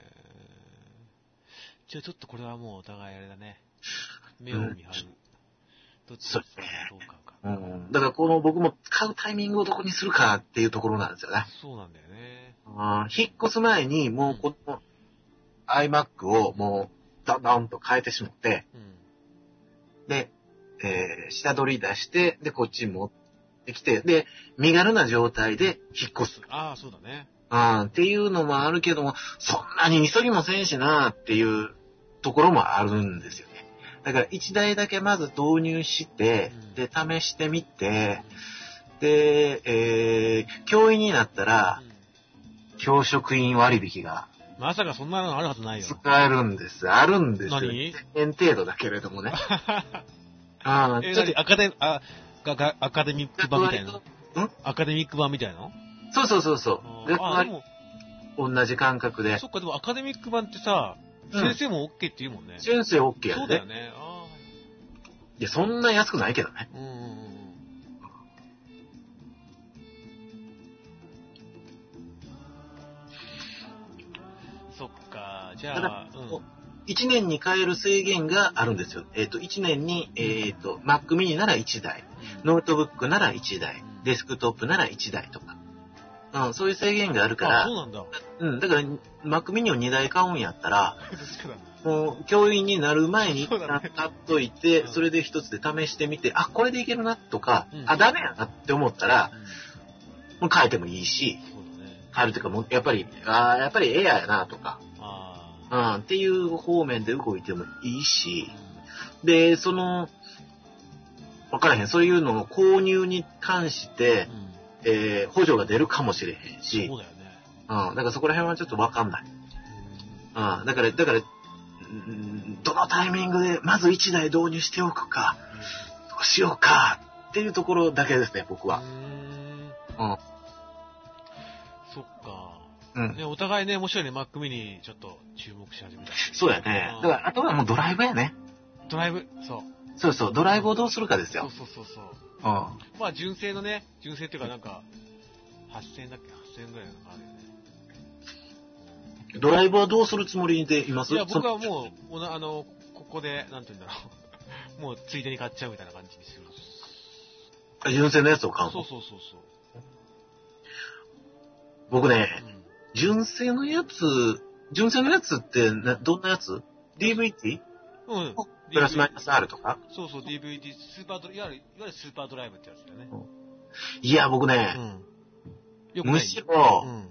Speaker 2: ー、じゃあちょっとこれはもうお互いあれだね。目を見張る。どっち
Speaker 1: そうですね
Speaker 2: どう買うか。
Speaker 1: うん、だからこの僕も使うタイミングをどこにするかっていうところなんですよね。
Speaker 2: そうなんだよね。
Speaker 1: あー引っ越す前に、もうこの iMac をもう、ダダンと変えてしまって、
Speaker 2: うん。
Speaker 1: で、えー下取り出して、で、こっち持ってきて、で、身軽な状態で引っ越す。
Speaker 2: ああ、そうだね。
Speaker 1: あーっていうのもあるけども、そんなに急ぎもせんしなっていうところもあるんですよね。だから1台だけまず導入して
Speaker 2: うん、
Speaker 1: で、試してみて、
Speaker 2: う
Speaker 1: で、えー教員になったら、
Speaker 2: ん
Speaker 1: 教職員割引が
Speaker 2: まさかそんなのあるはずないよ。
Speaker 1: 使えるんです。あるんですよ。
Speaker 2: 何
Speaker 1: ?1000 円程度だけれども ね。ああ、
Speaker 2: え、
Speaker 1: ちょっと
Speaker 2: 何アカデミ、あ、が、が、アカデミック版みたいな
Speaker 1: 割
Speaker 2: アカデミック版みたいな
Speaker 1: そうそうそうそう。学
Speaker 2: あー、
Speaker 1: 割
Speaker 2: でも、
Speaker 1: 同じ感覚で。
Speaker 2: そっか、でもアカデミック版ってさ、
Speaker 1: うん
Speaker 2: 先生も OK って言うもんね。
Speaker 1: 純正 OK
Speaker 2: そ
Speaker 1: や
Speaker 2: うだ
Speaker 1: で
Speaker 2: よ。ね。あ
Speaker 1: いや、そんな安くないけどね。
Speaker 2: あ、うんうんうん。そっか、じ
Speaker 1: た
Speaker 2: ゃあ
Speaker 1: だ、
Speaker 2: うん。
Speaker 1: こ1年に買える制限があるんですよ。えっ、と、1年に、えっ、と、Mac mini なら1台、ノートブックなら1台、デスクトップなら1台とか。うん、そういう制限があるか
Speaker 2: あ、
Speaker 1: ら
Speaker 2: そう、なんだ。
Speaker 1: うん、だから、Mac mini を2台買うんやったら、
Speaker 2: 確かだ。
Speaker 1: もう教員になる前に
Speaker 2: そうだ
Speaker 1: な
Speaker 2: ね
Speaker 1: っといて、
Speaker 2: うん
Speaker 1: それで一つで試してみて、あ、これでいけるなとか、
Speaker 2: うん
Speaker 1: あ、ダメやなって思ったら、
Speaker 2: う
Speaker 1: もう変えてもいいし、
Speaker 2: んそうだね。
Speaker 1: 変えるというか、もうやっぱり、あーやっぱりエアやなとか、
Speaker 2: あ
Speaker 1: う
Speaker 2: あ。
Speaker 1: ん、っていう方面で動いてもいいし
Speaker 2: う、ん
Speaker 1: で、その、わからへん。そういうのの購入に関して、
Speaker 2: うん
Speaker 1: えー補助が出るかもしれへんし、
Speaker 2: そうだよね。
Speaker 1: うん、だからそこら辺はちょっとわかんない。
Speaker 2: うん
Speaker 1: うん、だから、だから、うんどのタイミングでまず1台導入しておくか、どうしようか、っていうところだけですね、僕は
Speaker 2: う。ん
Speaker 1: うん。
Speaker 2: そっか。
Speaker 1: うん。
Speaker 2: ね、お互いね、面白いね、マックミにちょっと注目し始めた。
Speaker 1: そうやね。だから、あとはもうドライブやね。
Speaker 2: ドライブ、そう。
Speaker 1: そうそう、ドライブをどうするかです
Speaker 2: そう
Speaker 1: よ。
Speaker 2: そうそうそう。
Speaker 1: うん。
Speaker 2: まあ、純正のね、純正っていうかなんか、8000だっけ ?8000 ぐらいのがあるよね。
Speaker 1: ドライブはどうするつもりでいます
Speaker 2: いや、僕は
Speaker 1: その
Speaker 2: もう、おなあの、ここで、なんて言うんだろう。 もう、ついでに買っちゃうみたいな感じにする。
Speaker 1: あ純正のやつを買
Speaker 2: そううそう
Speaker 1: の。
Speaker 2: そうそう。
Speaker 1: 僕ね、
Speaker 2: うん
Speaker 1: 純正のやつ、純正のやつってな、どんなやつ ?DVD?
Speaker 2: うん。
Speaker 1: プラスマイ
Speaker 2: DVD
Speaker 1: ナス R とか
Speaker 2: そうそう、DVD、スーパードライ、いわゆる、いわゆるスーパードライブってやつだよね。
Speaker 1: いや、僕ね、
Speaker 2: うん。よくない
Speaker 1: むし
Speaker 2: う
Speaker 1: ろ、
Speaker 2: ん。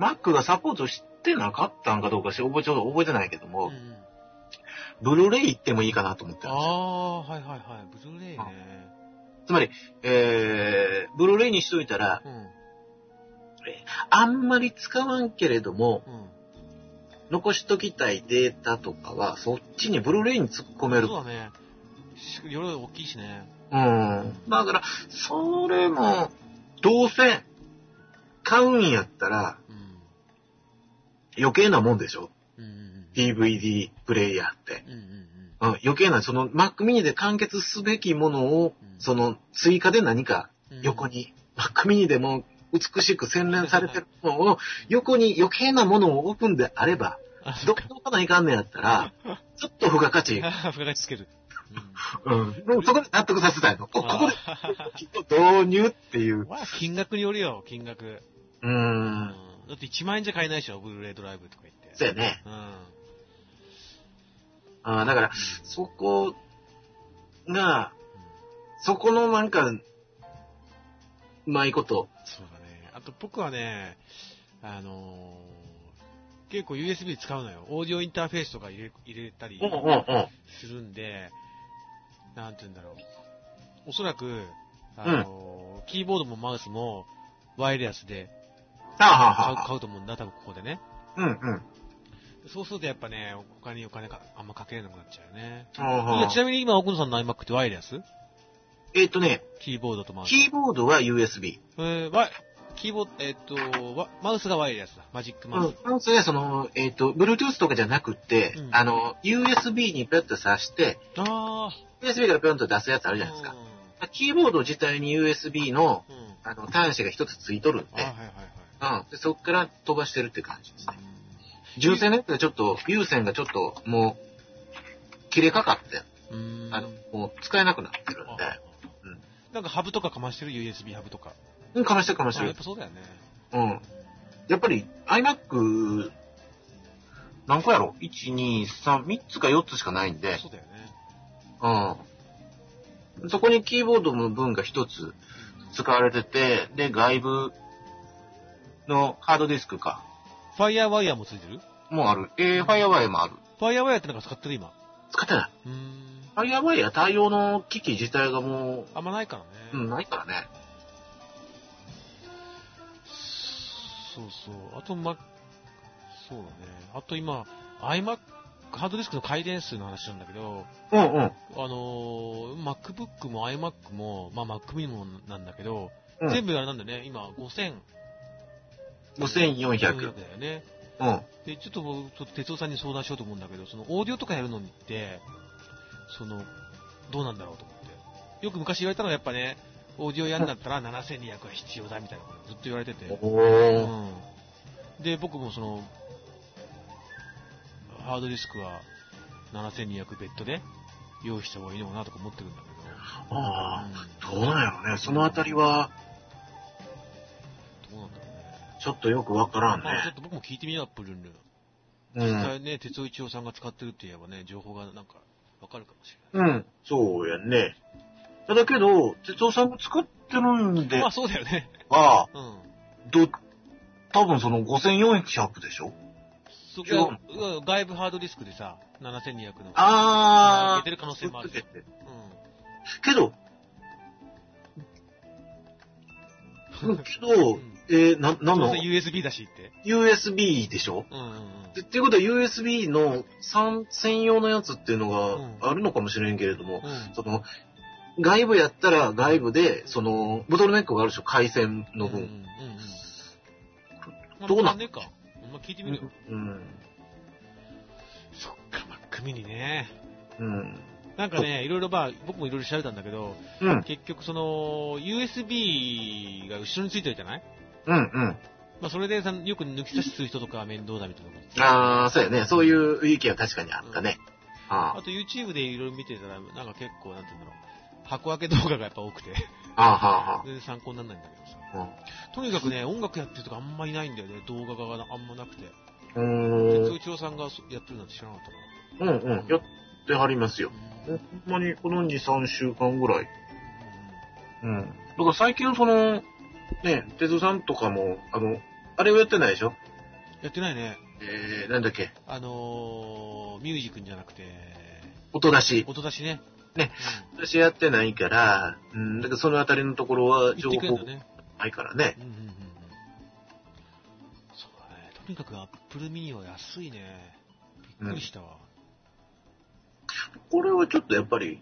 Speaker 1: Mac がサポートしてなかったんかどうかし覚えちょっと覚えてないけども、
Speaker 2: うんうん
Speaker 1: ブルーレイ行ってもいいかなと思ってるんですよ
Speaker 2: ああー、はいはいはい。ブルーレイね。
Speaker 1: つまり、えー、ブルーレイにしといたら、
Speaker 2: うん。
Speaker 1: あんまり使わんけれども、
Speaker 2: うん。
Speaker 1: 残しときたいデータとかは、そっちにブルーレイに突っ込める。
Speaker 2: そうだね。し容量大きいしね。
Speaker 1: うん。だから、それも、どうせ、買うんやったら、
Speaker 2: うん。
Speaker 1: 余計なもんでしょ
Speaker 2: うんうん。
Speaker 1: ?DVD プレイヤーって。
Speaker 2: うんうんう
Speaker 1: う
Speaker 2: ん。
Speaker 1: ん、余計な、その Mac mini で完結すべきものを、
Speaker 2: うん
Speaker 1: その追加で何か
Speaker 2: うん
Speaker 1: 横。に、Mac mini でも美しく洗練されてるものを、横に余計なものを置くんであれば、
Speaker 2: あ、そ
Speaker 1: ど
Speaker 2: っ
Speaker 1: っ
Speaker 2: か。
Speaker 1: かないかんねやったら、 ちょっと付加価値、
Speaker 2: あ、 付加価値つ ける。うん
Speaker 1: うん、でもそこで納得させたいの。おここで
Speaker 2: あー
Speaker 1: きっと導入っていう。
Speaker 2: まあ、金額によるよ、金額。
Speaker 1: う。
Speaker 2: うんだって1万円じゃ買えないでしょ、ブルーレイドライブとか言って。
Speaker 1: そうやね。
Speaker 2: うん。
Speaker 1: あーだから、そこが、そこのなんか、うまいこと。
Speaker 2: そうだね。あと僕はね、あのー結構 USB 使うのよ。オーディオインターフェースとか入れ入れたり
Speaker 1: うんうんうん。
Speaker 2: するんで、なんて言うんだろう。おそらく、あのーキーボードもマウスもワイヤレスで
Speaker 1: はあは
Speaker 2: 買う
Speaker 1: あはあ。
Speaker 2: 買うと思うんだ、多分ここでね。
Speaker 1: うんうん。
Speaker 2: そうするとやっぱね、他にお金があんまかけれなくなっちゃうよね。
Speaker 1: うんうん
Speaker 2: ちなみに今、奥野さんの iMac ってワイヤレス
Speaker 1: えっ、とね、
Speaker 2: キーボードとマウス。
Speaker 1: キーボードは USB。
Speaker 2: えー、わキーボード、えーっと、わマウスがワイヤレスだ。マジック
Speaker 1: う
Speaker 2: マウ
Speaker 1: ん
Speaker 2: ス。。
Speaker 1: まずね、その、えっ、と、Bluetooth とかじゃなくて、
Speaker 2: うん
Speaker 1: あの、USB にピョッと挿して、
Speaker 2: ああ。
Speaker 1: USB からピョンと出すやつあるじゃないですか。キーボード自体に USB の、
Speaker 2: うん。うん。
Speaker 1: あの、端子が一つついとるんで
Speaker 2: あ、はいはいはい。
Speaker 1: うん。でそっから飛ばしてるって感じですね。純正のやつがちょっと、有線がちょっと、もう、切れかかって、
Speaker 2: うん。
Speaker 1: あの、もう使えなくなってるんで
Speaker 2: あ
Speaker 1: うん
Speaker 2: なんかハブとかかましてる ?USB ハブとか。
Speaker 1: うん、かましてるかまし
Speaker 2: あ
Speaker 1: て
Speaker 2: やっ
Speaker 1: る。
Speaker 2: ぱそうだよね。
Speaker 1: うん。やっぱり iMac、何個やろ ?1、2、3、3つか4つしかないんで、
Speaker 2: そうだよね。
Speaker 1: うん。そこにキーボードの分が1つ使われてて、で、外部のハードディスクか、
Speaker 2: ファイヤーワイヤーもついてる
Speaker 1: もうある。えー、ファイアワイヤーもある。
Speaker 2: ファイヤーワイヤーってなんか使ってる今。
Speaker 1: 使ってない。
Speaker 2: うーん。
Speaker 1: ファイアワイヤー対応の機器自体がも
Speaker 2: あんまないからね。
Speaker 1: う、うん、ないからね。
Speaker 2: そうそう。あと、ま、そうだね。あと今、iMac、ハードディスクの回転数の話なんだけど、
Speaker 1: うんうん。
Speaker 2: あのー、MacBook も iMac も、まあ Mac mini もなんだけど、
Speaker 1: うん
Speaker 2: 全部あれなんだよね、今5000。
Speaker 1: 5400。
Speaker 2: だよね。
Speaker 1: うん。
Speaker 2: で、ちょっと僕、ちょっと哲夫さんに相談しようと思うんだけど、そのオーディオとかやるのにって、その、どうなんだろうと思って。よく昔言われたのはやっぱね、オーディオやるんだったら7200は必要だみたいなことずっと言われてて。
Speaker 1: おー。
Speaker 2: うん、で、僕もその、ハードディスクは7200ベッドで用意した方がいいのかなとか思ってるんだけど。
Speaker 1: ああ、
Speaker 2: う
Speaker 1: どうなんやろね。そのあたりは、
Speaker 2: んどうなんだろうね。
Speaker 1: ちょっとよくわからん
Speaker 2: まあ、ちょっ
Speaker 1: ね。
Speaker 2: と僕も聞いてみよう、アップルに。
Speaker 1: うん
Speaker 2: 実際ね、哲夫一郎さんが使ってるって言えばね、情報がなんかわかるかもしれ
Speaker 1: うん。そうやんね。だけど、哲夫さんも作ってるん
Speaker 2: ない。
Speaker 1: で
Speaker 2: まあそうだよね。
Speaker 1: は、
Speaker 2: うん。
Speaker 1: ど、多分その5400でしょ
Speaker 2: そこはうん外部ハードディスクでさ、7200の。
Speaker 1: あー
Speaker 2: 上げてる可能性もある。
Speaker 1: け
Speaker 2: うん。
Speaker 1: ど、けど、えー、な、なん
Speaker 2: どう
Speaker 1: の
Speaker 2: せ USB だしって。
Speaker 1: ?USB でしょ
Speaker 2: うんうんうん。
Speaker 1: でっていうことは USB の3専用のやつっていうの
Speaker 2: うん
Speaker 1: があるのかもしれんけれども、
Speaker 2: うん
Speaker 1: その、外部やったら外部で、その、ボトルネックがあるでしょ回線の
Speaker 2: うんうん
Speaker 1: 分。
Speaker 2: うんうん。
Speaker 1: どうなん
Speaker 2: まあねえか。まあ聞いてみるよ。
Speaker 1: うん。
Speaker 2: そっか、Mac mini ね。
Speaker 1: うん。
Speaker 2: なんかね、いろいろまあ、僕もいろいろ調べたんだけど、
Speaker 1: うん。
Speaker 2: 結局その、USB が後ろについてるじゃない
Speaker 1: うん。うん。
Speaker 2: まあそれでさ、よく抜き差しする人とかは面倒だみたいなこと。
Speaker 1: ああ、そうやね。そういう意見は確かにあったね。あ
Speaker 2: あと YouTube でいろいろ見てたら、なんか結構、なんていうんだろう。箱開け動画がやっぱ多くて、
Speaker 1: あ、ああ、はあ、は
Speaker 2: 全然参考にならないんだけどさ。
Speaker 1: あ。
Speaker 2: とにかくね、音楽やってるとかあんまいないんだよね、動画があんまなくて。
Speaker 1: うん。う
Speaker 2: 哲
Speaker 1: ー
Speaker 2: 夫
Speaker 1: ん
Speaker 2: 一郎さんがそやってるなんて知らなかっ
Speaker 1: うんうん。やってはりますよ。
Speaker 2: た
Speaker 1: ほ
Speaker 2: な。
Speaker 1: んまにこの2、3週間ぐらい。うん。だから最近その、ね、哲夫さんとかも、あの、あれをやってないでしょ
Speaker 2: やってないね。
Speaker 1: えー、なんだっけ
Speaker 2: あのー、ミュージックじゃなくて、
Speaker 1: 音出し。
Speaker 2: 音出しね。
Speaker 1: ね私やってないから、うん、だからそのあたりのところ
Speaker 2: う
Speaker 1: は
Speaker 2: ん。
Speaker 1: 情
Speaker 2: 言ってくれ
Speaker 1: 報
Speaker 2: るんだね。
Speaker 1: ないからね。
Speaker 2: うんうんうんうん。そうだね。とにかく Apple mini は安いね。びっくりしたわ。
Speaker 1: これはちょっとやっぱり、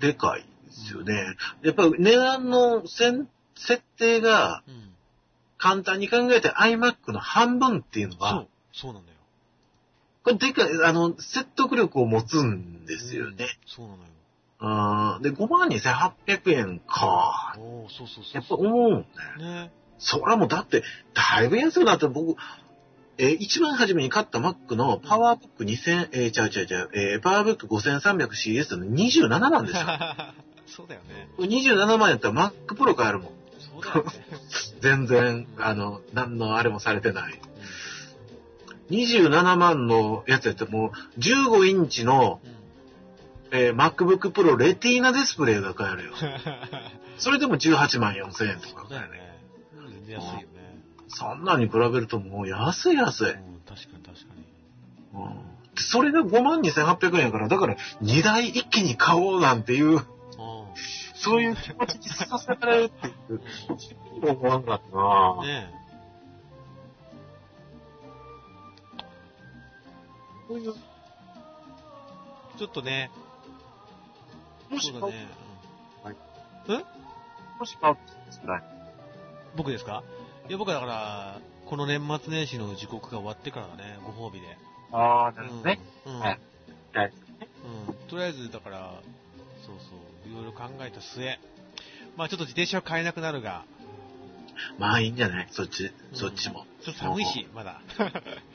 Speaker 1: でかいですよね。やっぱり値段のせん設定が
Speaker 2: うん。
Speaker 1: 簡単に考えて iMac の半分っていうの
Speaker 2: そ
Speaker 1: は
Speaker 2: う、、そうなんだよ。
Speaker 1: これでかい、あの、説得力を持つんですよね。
Speaker 2: うん。そうなのよ。
Speaker 1: うん、で、52,800円か。
Speaker 2: おー、そうそうそうそう。
Speaker 1: やっぱ思うんだよ。
Speaker 2: ね。
Speaker 1: そらもうだって、だいぶ安くなって僕、えー一番初めに買った Mac のパワーブック2000、えー、ちゃうちゃうちゃう、えーパワーブック 5300CS の27なんですよ。
Speaker 2: そうだよね。
Speaker 1: 27万やったら Mac Pro 買えるもん。
Speaker 2: そうだよね。
Speaker 1: 全然、
Speaker 2: うん
Speaker 1: あの、何のあれもされてない。27万のやつやったらもう、15インチの、
Speaker 2: うん。うん
Speaker 1: えー MacBook Pro レティーナディスプレイが買えるよ。それでも18万4千円とか
Speaker 2: そう
Speaker 1: 買える
Speaker 2: だよ。ね。全然安いよね。
Speaker 1: そんなんに比べるともう安い安い。
Speaker 2: うん、確かに確かに。
Speaker 1: うんそれが52,800円やから、だから2台一気に買おうなんていう、
Speaker 2: あ
Speaker 1: そういう気持ちにさせられるっていう、
Speaker 2: あ。
Speaker 1: 思わんかったなぁ。
Speaker 2: ね
Speaker 1: こういう
Speaker 2: え。ちょっとね、
Speaker 1: もし
Speaker 2: そう
Speaker 1: 買
Speaker 2: だ
Speaker 1: う、
Speaker 2: ね。
Speaker 1: もし買うって言ったら
Speaker 2: 僕ですかいや、僕はだから、この年末年始の時刻が終わってからだね、ご褒美で。
Speaker 1: ああ、
Speaker 2: う
Speaker 1: なるほ
Speaker 2: ん。
Speaker 1: どね。
Speaker 2: うん。
Speaker 1: はいはい
Speaker 2: うん。とりあえず、だから、そうそう、いろいろ考えた末、まあちょっと自転車は買えなくなるが、
Speaker 1: まあいいんじゃないそっち、そっちも。
Speaker 2: ちょっと寒いし、まだ。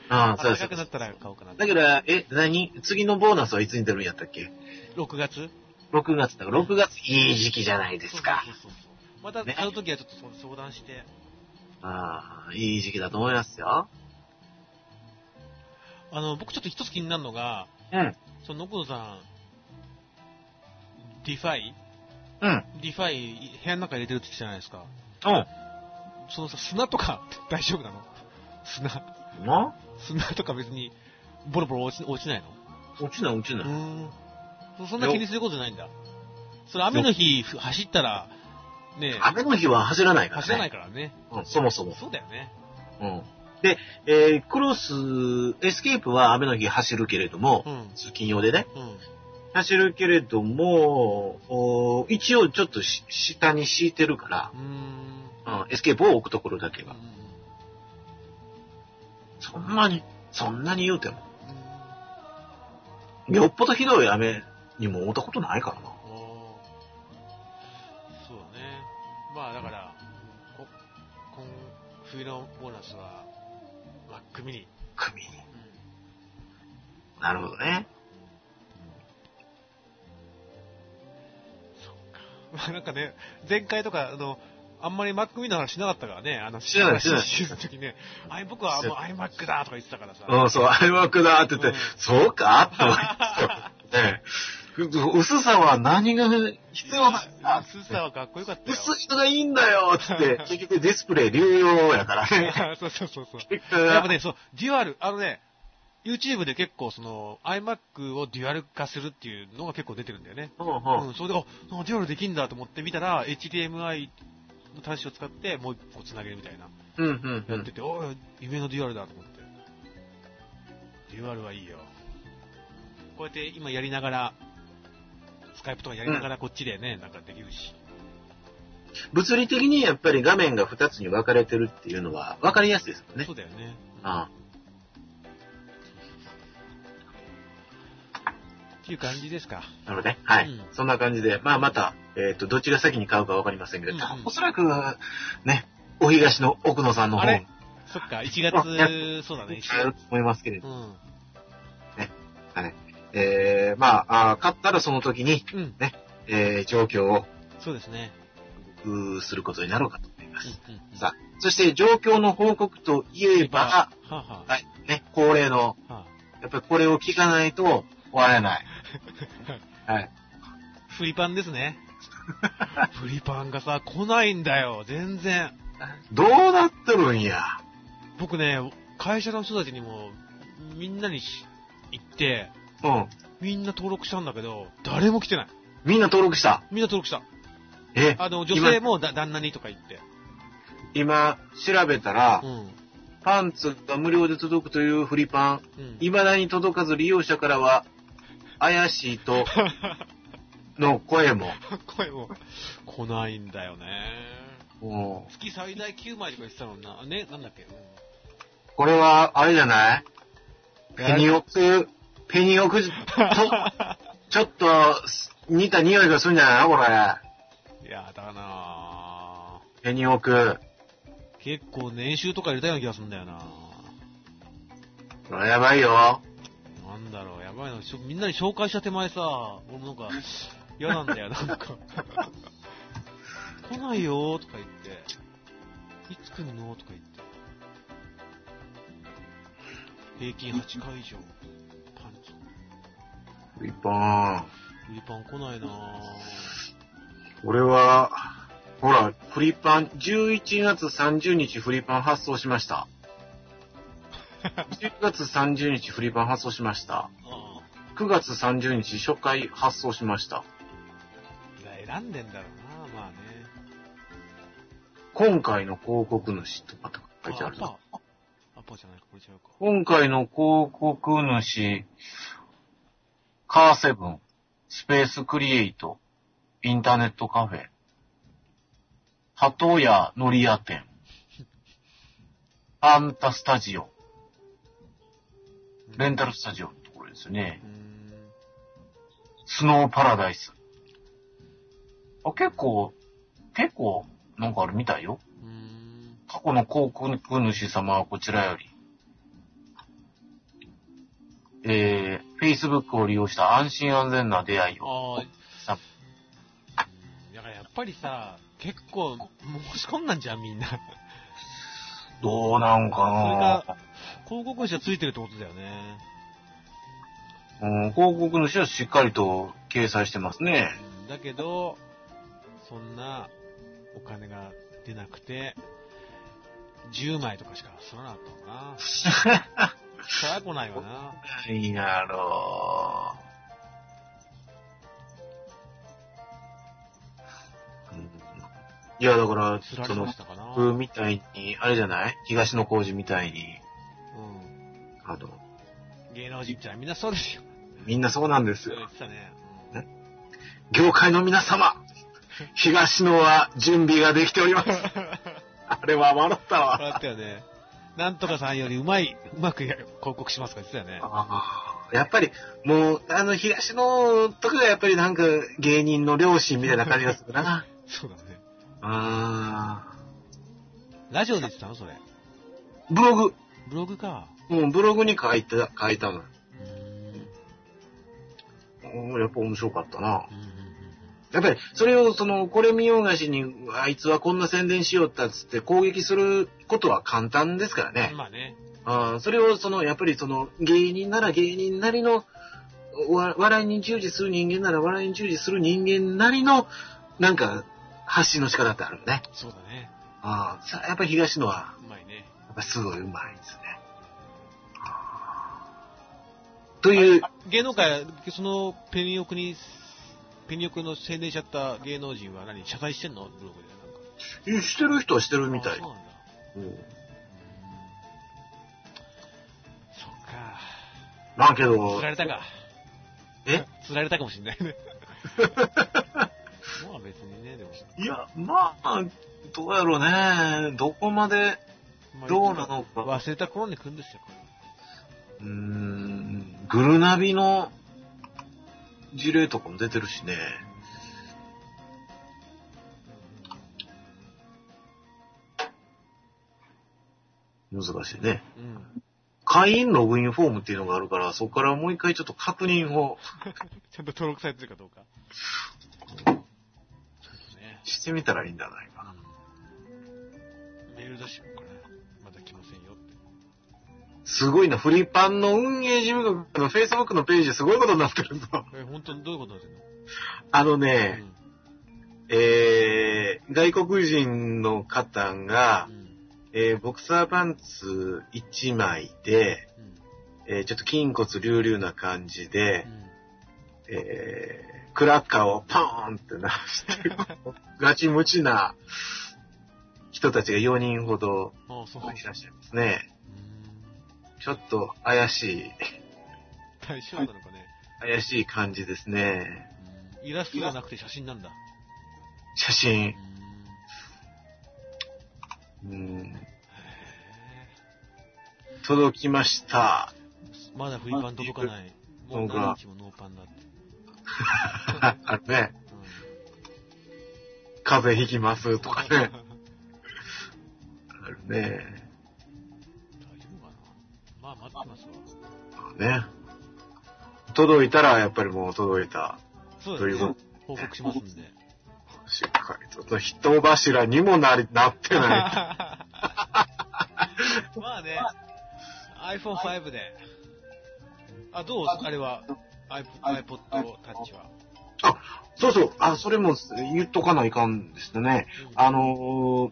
Speaker 1: ああ、そう
Speaker 2: 暖
Speaker 1: そ
Speaker 2: か
Speaker 1: う
Speaker 2: くなったら買おうかな。
Speaker 1: だから、え、何次のボーナスはいつに出るんやったっけ
Speaker 2: 6月
Speaker 1: ?6 月だから、6月いい時期じゃないですか。
Speaker 2: そうそうそうそう。また、
Speaker 1: ね
Speaker 2: あの時はちょっとそ相談して、
Speaker 1: ああ、いい時期だと思いますよ。
Speaker 2: あの、僕ちょっと一つ気になるのが、
Speaker 1: うん。
Speaker 2: その、奥野さん、ディファイ
Speaker 1: うん。
Speaker 2: ディファイ、部屋の中入れてるって言ってたじゃないですか。
Speaker 1: うん。
Speaker 2: そのさ、砂とか 大丈夫なの砂、
Speaker 1: ま
Speaker 2: 砂とか別に、ボロボロ落ち落ちないの
Speaker 1: 落ちない落ちな
Speaker 2: う
Speaker 1: い。
Speaker 2: ーんそ。そんな気にすることじゃないんだ。それ雨の日ふ走ったら、ねえ、
Speaker 1: 雨の日は走らないからね。
Speaker 2: 走らないからね。
Speaker 1: うん、そもそも。
Speaker 2: そうだよね。
Speaker 1: うん。で、えークロス、エスケープは雨の日走るけれども
Speaker 2: う、ん。
Speaker 1: 通勤用でね、
Speaker 2: うん。
Speaker 1: 走るけれども、おー一応ちょっとし下に敷いてるか
Speaker 2: うーん。
Speaker 1: ら、うん、エスケープを置くところだけ
Speaker 2: うん
Speaker 1: は。そんなに、そんなに言うても。よっぽどひどい雨にも会ったことないからな。
Speaker 2: おーそうだね。まあだから、こ今冬のボーナスは、マックミニ。
Speaker 1: 組に。なるほどね。
Speaker 2: まあなんかね、前回とか、あの、あんまり Mac ミニの話しなかったからね、あの、
Speaker 1: してないしてない
Speaker 2: シリーズの時ね、あい僕はもう iMac だとか言ってたからさ。
Speaker 1: うん、そう、iMac だって言って、
Speaker 2: うん
Speaker 1: そうかと思 って。ねえ薄さは何が必要なんだ
Speaker 2: スーさんはかっこよかったよ。
Speaker 1: 薄いのがいいんだよつ って、結局ディスプレイ流用やからね。
Speaker 2: そうそうそうそう。
Speaker 1: 結局
Speaker 2: やっぱね、そう、デュアル、あのね、YouTube で結構その iMac をデュアル化するっていうのが結構出てるんだよね。
Speaker 1: うんうん
Speaker 2: うん、それで、あ、あデュアルできんだと思って見たら、HDMI の端子を使ってもう一個繋げるみたいな。
Speaker 1: うんうんう
Speaker 2: やっ
Speaker 1: ん
Speaker 2: てて、おい、夢のデュアルだと思って。デュアルはいいよ。こうやって今やりながら、スカイプとかやりながらこっちでね、なんかできるし。
Speaker 1: 物理的にやっぱり画面が2つに分かれてるっていうのは分かりやすいですもんね
Speaker 2: そ。うだよね。
Speaker 1: あ
Speaker 2: っていう感じです か。
Speaker 1: あなので、はい、
Speaker 2: うん
Speaker 1: そんな感じで、まあまた、えっ、と、どっちが先に買うか分かりませんけど、
Speaker 2: うんうん
Speaker 1: おそらく、ね、お東の奥野さんの方
Speaker 2: あ
Speaker 1: に
Speaker 2: れそっか、1
Speaker 1: あ
Speaker 2: 月、そうだね、
Speaker 1: 買う
Speaker 2: 1
Speaker 1: と思いますけれど
Speaker 2: 月。う、ん。
Speaker 1: えー、まああー、買ったらその時に、
Speaker 2: うん、
Speaker 1: えー、状況を
Speaker 2: そうですね。
Speaker 1: うーすることになろうかと思います。
Speaker 2: うんうんうん
Speaker 1: さあ、そして状況の報告といえば、
Speaker 2: はあは
Speaker 1: はい、ね、恒例の、
Speaker 2: あはあ
Speaker 1: やっぱりこれを聞かないと終わらない。はい。
Speaker 2: フリパンです ね。フリパンがさ、来ないんだよ、全然。
Speaker 1: どうなっとるんや。
Speaker 2: 僕ね、会社の人たちにも、みんなにし行って、
Speaker 1: うん。
Speaker 2: みんな登録したんだけど、誰も来てない。
Speaker 1: みんな登録した。
Speaker 2: みんな登録した。
Speaker 1: え、
Speaker 2: あの、女性もだ旦那にとか言って。
Speaker 1: 今調べたら
Speaker 2: う、ん。
Speaker 1: パンツが無料で届くというフリパン、
Speaker 2: うん。
Speaker 1: 未だに届かず利用者からは、怪しいとの声も。
Speaker 2: 声も来ないんだよね。
Speaker 1: うん
Speaker 2: 月最大9枚とか言ってたのにな。ね、なんだっけ。うん
Speaker 1: これは、あれじゃないペニオク、ペニオクと、ちょっと似た匂いがするんじゃないのこれ。
Speaker 2: やだなぁ。
Speaker 1: ペニオク。
Speaker 2: 結構年収とか入れたような気がするんだよな
Speaker 1: これやばいよ。
Speaker 2: なんだろう、やばいな。しょみんなに紹介した手前さ、俺もなんか、嫌なんだよ、なんか。来ないよとか言って。いつ来るのとか言って。平均8回以上。パンチ。
Speaker 1: フリパン。
Speaker 2: フリパン来ないなぁ。
Speaker 1: 俺は、ほら、フリパン、11月30日フリパン発送しました。10月30日フリパン発送しました。
Speaker 2: あ
Speaker 1: 9月30日初回発送しました。
Speaker 2: あ、選んでんだろうなまあね。
Speaker 1: 今回の広告主とかとか書いてあるな。
Speaker 2: あアッパーアッパーじゃないか、これ違うか。
Speaker 1: 今回の広告主、カーセブン、スペースクリエイト、インターネットカフェ、鳩屋のり屋店、アンタスタジオ、
Speaker 2: うん
Speaker 1: レンタルスタジオのところですね
Speaker 2: う。ー
Speaker 1: スノーパラダイス。あ、結構、結構、なんかあるみたいよ。
Speaker 2: ん。うーん。
Speaker 1: 過去の航空主様はこちらより。えー、Facebook を利用した安心安全な出会いを。
Speaker 2: あ
Speaker 1: さ
Speaker 2: あ。だからやっぱりさ、結構申し込んだんじゃん、みんな。
Speaker 1: どうなんかな
Speaker 2: 広告主はついてるってことだよね。
Speaker 1: うん、広告主はしっかりと掲載してますね。
Speaker 2: だけど、そんなお金が出なくて、10枚とかしかすらなかったのかな。そら来ないわ な。
Speaker 1: いやろう。うんいや、だから、
Speaker 2: つら
Speaker 1: そ
Speaker 2: れ
Speaker 1: の
Speaker 2: まし、たかな。うん。
Speaker 1: 僕みたいに、あれじゃない東野幸治みたいに、あの、
Speaker 2: 芸能人ってのはみんなそうですよ。
Speaker 1: みんなそうなんです
Speaker 2: そう
Speaker 1: よ
Speaker 2: 言。ってたね。
Speaker 1: ね業界の皆様、東野は準備ができております。あれは笑ったわ。
Speaker 2: 笑ったよね。なんとかさんよりうまい、うまくや広告しますか言ってたよね。
Speaker 1: あーやっぱり、もう、あの、東野とかがやっぱりなんか芸人の両親みたいな感じがする な。
Speaker 2: そうだね。
Speaker 1: あ
Speaker 2: ラジオで言ってたのそれ。
Speaker 1: ーブログ、
Speaker 2: ブログか。
Speaker 1: もうブログに書いた、書いたの。
Speaker 2: うーん。
Speaker 1: うんやっぱ面白かったな。
Speaker 2: うんうんうん
Speaker 1: やっぱり、それを、その、これ見ようがしに、あいつはこんな宣伝しよったっつって攻撃することは簡単ですからね。
Speaker 2: まあね。
Speaker 1: あーそれを、その、やっぱりその、芸人なら芸人なりの、わ笑いに従事する人間なら笑いに従事する人間なりの、なんか、発信の仕方ってあるよね。
Speaker 2: そうだね。
Speaker 1: あーさやっぱり東野は、
Speaker 2: うまいね。
Speaker 1: やっぱすごいうまいですね。という、
Speaker 2: あ芸能界、そのペニオクに、ペニオクの宣伝しちゃった芸能人は何謝罪してんのブログで。なんか
Speaker 1: してる人はしてるみた
Speaker 2: あ
Speaker 1: い
Speaker 2: そ。うなんだ。
Speaker 1: うん
Speaker 2: そっか。
Speaker 1: まあけ
Speaker 2: 釣
Speaker 1: ど
Speaker 2: ら、れたか。
Speaker 1: え
Speaker 2: 釣られたかもしんな いね。まあ別にね、でも。
Speaker 1: いや、まあ、どうやろうね。どこまで、
Speaker 2: まあ
Speaker 1: どうなのか。
Speaker 2: 忘れた頃に来るんですよ。
Speaker 1: うーん、グルナビの事例とかも出てるしね。難しいね。
Speaker 2: うん。
Speaker 1: 会員ログインフォームっていうのがあるから、そこからもう一回ちょっと確認を
Speaker 2: ちゃんと登録されてるかどうか。ちょっとね。
Speaker 1: してみたらいいんじゃないかな。
Speaker 2: メール出しようかな。まだ来ませんよって。
Speaker 1: すごいな、フリパンの運営事務局の Facebook のページすごいことになってるぞ。
Speaker 2: え、本当にどういうことなんです
Speaker 1: あの
Speaker 2: か
Speaker 1: ね、えー、外国人の方が
Speaker 2: う、ん。
Speaker 1: えーボクサーパンツ1枚で、
Speaker 2: うん。
Speaker 1: えーちょっと筋骨隆々な感じで
Speaker 2: う、ん。
Speaker 1: えークラッカーをパーンって鳴らしてる、ガチムチな人たちが4人ほど
Speaker 2: ああ、そう。
Speaker 1: いらっしゃいますね。
Speaker 2: うん。
Speaker 1: ちょっと怪しい、
Speaker 2: 大丈夫なのかね。
Speaker 1: 怪しい感じですね。
Speaker 2: うんイラストじゃなくて写真なんだ。
Speaker 1: 写真
Speaker 2: う。
Speaker 1: う
Speaker 2: ん。
Speaker 1: ん
Speaker 2: へ
Speaker 1: 届きました。
Speaker 2: えまだフリーパン届かない。もう何日もノーパンだって。
Speaker 1: あのね、
Speaker 2: う
Speaker 1: 風邪ひきますとか
Speaker 2: 大
Speaker 1: ね
Speaker 2: 丈。
Speaker 1: あるね。
Speaker 2: 夫かな。まあ待ってますわ。
Speaker 1: ね。届いたら、やっぱりもう届いた。
Speaker 2: そう
Speaker 1: という
Speaker 2: です
Speaker 1: こ
Speaker 2: ね。報告しますん
Speaker 1: と。
Speaker 2: で。
Speaker 1: しっかりと。人柱にもなり、なって ない。
Speaker 2: まあね、iPhone5 で。あ、どうあれは、iPod, iPod Touch は。
Speaker 1: そうそう。あ、それも言っとかないかんですね。あのー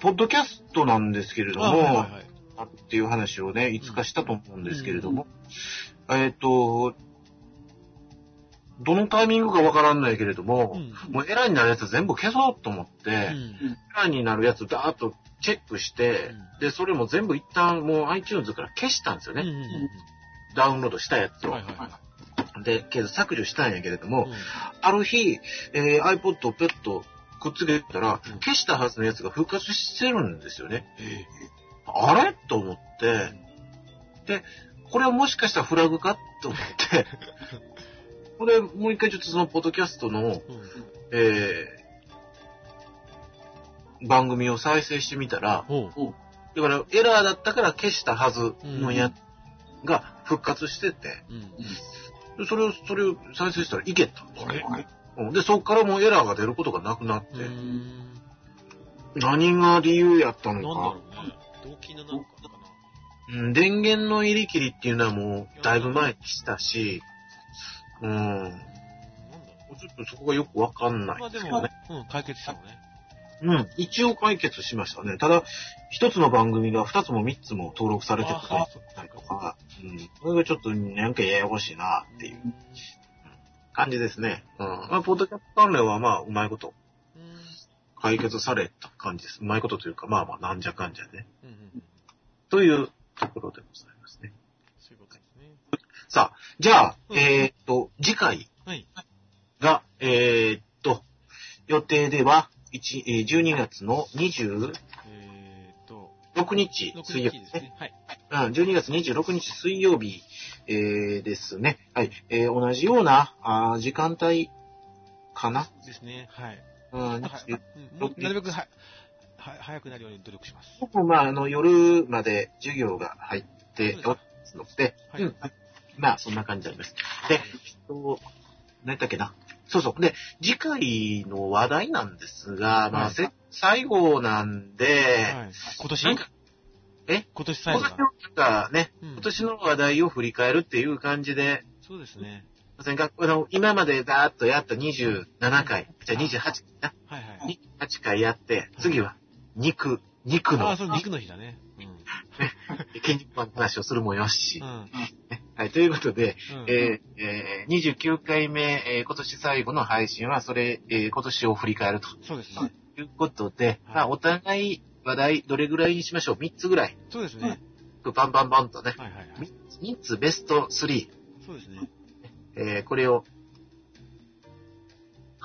Speaker 1: ポッドキャストなんですけれ
Speaker 2: うん
Speaker 1: ど
Speaker 2: あはいは
Speaker 1: も
Speaker 2: い、はい
Speaker 1: あっていう話をね、いつかしたと思うんですけれども、えっ、と、どのタイミングかわからんないけれども、
Speaker 2: うん
Speaker 1: もうエラーになるやつ全部消そうと思って、
Speaker 2: うん
Speaker 1: エラーになるやつだーっとチェックして、で、それも全部一旦もう iTunes から消したんですよ
Speaker 2: う
Speaker 1: ね。
Speaker 2: んうんうん
Speaker 1: ダウンロードしたやつ
Speaker 2: うん
Speaker 1: を。
Speaker 2: はいはいは
Speaker 1: で、けど削除したんやけれど
Speaker 2: い
Speaker 1: も、
Speaker 2: うん
Speaker 1: ある日、えー iPod をペットくっつけたら、
Speaker 2: うん
Speaker 1: 消したはずのやつが復活してるんですよね。
Speaker 2: え
Speaker 1: あれと思って、で、これはもしかしたらフラグかと思 って、これもう一回ちょっとそのポッドキャストの、
Speaker 2: えうん
Speaker 1: えー番組を再生してみたら、
Speaker 2: ほう
Speaker 1: だからエラーだったから消したはずのやつが復活してて、
Speaker 2: うん
Speaker 1: でそれを、それを再生したらいけたんですよ
Speaker 2: あれ
Speaker 1: うんで、そこからもうエラーが出ることがなくなって、
Speaker 2: うーん
Speaker 1: 何が理由やった
Speaker 2: なんだ
Speaker 1: の
Speaker 2: ろ
Speaker 1: か、
Speaker 2: うね。動機のなんかかな。
Speaker 1: うん、電源の入り切りっていうのはもうだいぶ前にしたし、うん、
Speaker 2: うーんなんだろ
Speaker 1: ちょっとそこがよくわかんない
Speaker 2: うまあ
Speaker 1: んで
Speaker 2: で
Speaker 1: すけ
Speaker 2: も
Speaker 1: どね。、
Speaker 2: うん、解決したのね。
Speaker 1: うん、一応解決しましたね。ただ、一つの番組が二つも三つも登録されてた
Speaker 2: あそう
Speaker 1: りとか、うん、それがちょっとなんかややこしいなっていう感じですね。うん。まあ、ポッドキャスト関連はまあ、うまいこと
Speaker 2: うんうん
Speaker 1: 解決された感じです。うまいことというか、まあまあ、なんじゃかんじゃね。
Speaker 2: うんうん。
Speaker 1: というところでございますね。
Speaker 2: そういうことですね。
Speaker 1: さあ、じゃあ、
Speaker 2: うん
Speaker 1: えーっと、次回
Speaker 2: はい。
Speaker 1: が、えーっと、予定では、1えー12月の26
Speaker 2: えーっと、
Speaker 1: 日
Speaker 2: 6
Speaker 1: 水曜
Speaker 2: 日
Speaker 1: 日
Speaker 2: で
Speaker 1: ですすね。
Speaker 2: ね。はい。
Speaker 1: うん、12月26日水曜日、えーですね。はい。えー同じような、あー時間帯かな。
Speaker 2: ですね。はい。
Speaker 1: うん、
Speaker 2: はい
Speaker 1: ち
Speaker 2: うんもうなるべくは、は、早くなるように努力します。
Speaker 1: ょっとまあ、あの、夜まで授業が入っておりますので、
Speaker 2: はい
Speaker 1: うん。まあ、そんな感じになります。で、えっと、何だっけな。そうそう。で、次回の話題なんですが、ま
Speaker 2: は
Speaker 1: あ、
Speaker 2: い
Speaker 1: せ最後なんで、
Speaker 2: はい、今年
Speaker 1: なんかえ
Speaker 2: 今年最
Speaker 1: 今
Speaker 2: 後
Speaker 1: 年
Speaker 2: だ
Speaker 1: の、。なんかね、
Speaker 2: うん
Speaker 1: 今年の話題を振り返るっていう感じで、
Speaker 2: そうですね。
Speaker 1: ませんかあの今までだーっとやった27回、じゃあ28回な、
Speaker 2: はいはい。
Speaker 1: 28回やって、次は肉、肉
Speaker 2: あ
Speaker 1: の
Speaker 2: あ、、そう、肉の日だね。うん。
Speaker 1: 筋肉マンの話をするもよし
Speaker 2: う。ん。
Speaker 1: はい、ということで、
Speaker 2: うん
Speaker 1: えーえー29回目、えー今年最後の配信は、それ、えー今年を振り返ると
Speaker 2: そうです
Speaker 1: うん
Speaker 2: ね。
Speaker 1: いうことで、
Speaker 2: はい
Speaker 1: まあ、お互い話題、どれぐらいにしましょう ?3 つぐらい。
Speaker 2: そうですね。
Speaker 1: バンバンバンとね。
Speaker 2: はいはいはい。
Speaker 1: 3つベスト3。
Speaker 2: そうですね。
Speaker 1: えーこれを、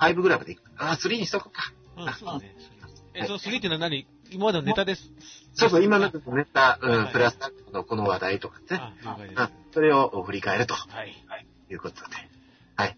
Speaker 1: 5ぐらいまでいく。あー、3にしとこうか。
Speaker 2: うん、そうだね。え、その3ってのは何今までのネタです。
Speaker 1: そうそう、今のネタ、う
Speaker 2: は
Speaker 1: ん、
Speaker 2: い
Speaker 1: プラスアルファのこの話題とかね。
Speaker 2: あ、了解
Speaker 1: う
Speaker 2: です。
Speaker 1: ん
Speaker 2: は、
Speaker 1: それを振り返ると
Speaker 2: い。
Speaker 1: いうことで。はい。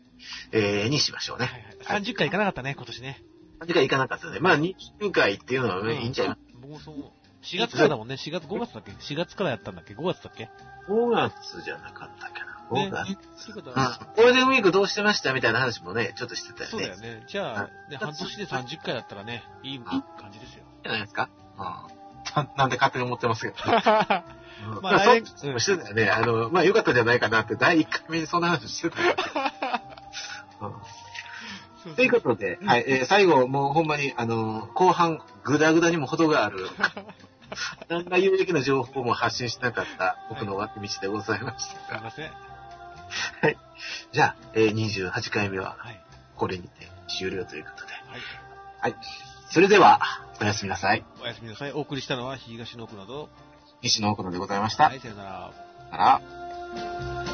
Speaker 1: えーにしましょうね。
Speaker 2: はいはい。30回いかなかったね、今年ね。
Speaker 1: 時回行かなかったので、まあ、20回っていうのはねいいんじゃない
Speaker 2: 僕もそう思う。4月からだもんね。4月、5月だっけ ?4 月からやったんだっけ ?5 月だっけ
Speaker 1: ?5 月じゃなかったっけな。5月。
Speaker 2: ね。そういうこと
Speaker 1: うん
Speaker 2: は。
Speaker 1: ゴールデンウィークどうしてましたみたいな話もね、ちょっとしてたよね。
Speaker 2: そうだよね。じゃあ、ね、半年で30回だったらね、いい感じですよ。
Speaker 1: じゃないですか。うん。ななんで勝手に思ってますけど。うん
Speaker 2: まあ来年
Speaker 1: そうしてたよね。あの、まあ、よかったんじゃないかなって、第1回目にそんな話してた よ。うんということで、はい、えー最後、もうほんまに、あのー後半、グダグダにも程があ る、なんか有益な情報も発信しなかった、僕の脇道でございまし
Speaker 2: すい
Speaker 1: たが。
Speaker 2: ません。
Speaker 1: じゃあ、えー28回目は、
Speaker 2: はい。
Speaker 1: これにて終了ということで。
Speaker 2: はい。
Speaker 1: はい。それでは、おやすみなさい。
Speaker 2: おやすみなさい。お送りしたのは、東の奥など。
Speaker 1: 西野奥野でございました。
Speaker 2: はい、さよなら。
Speaker 1: さよなら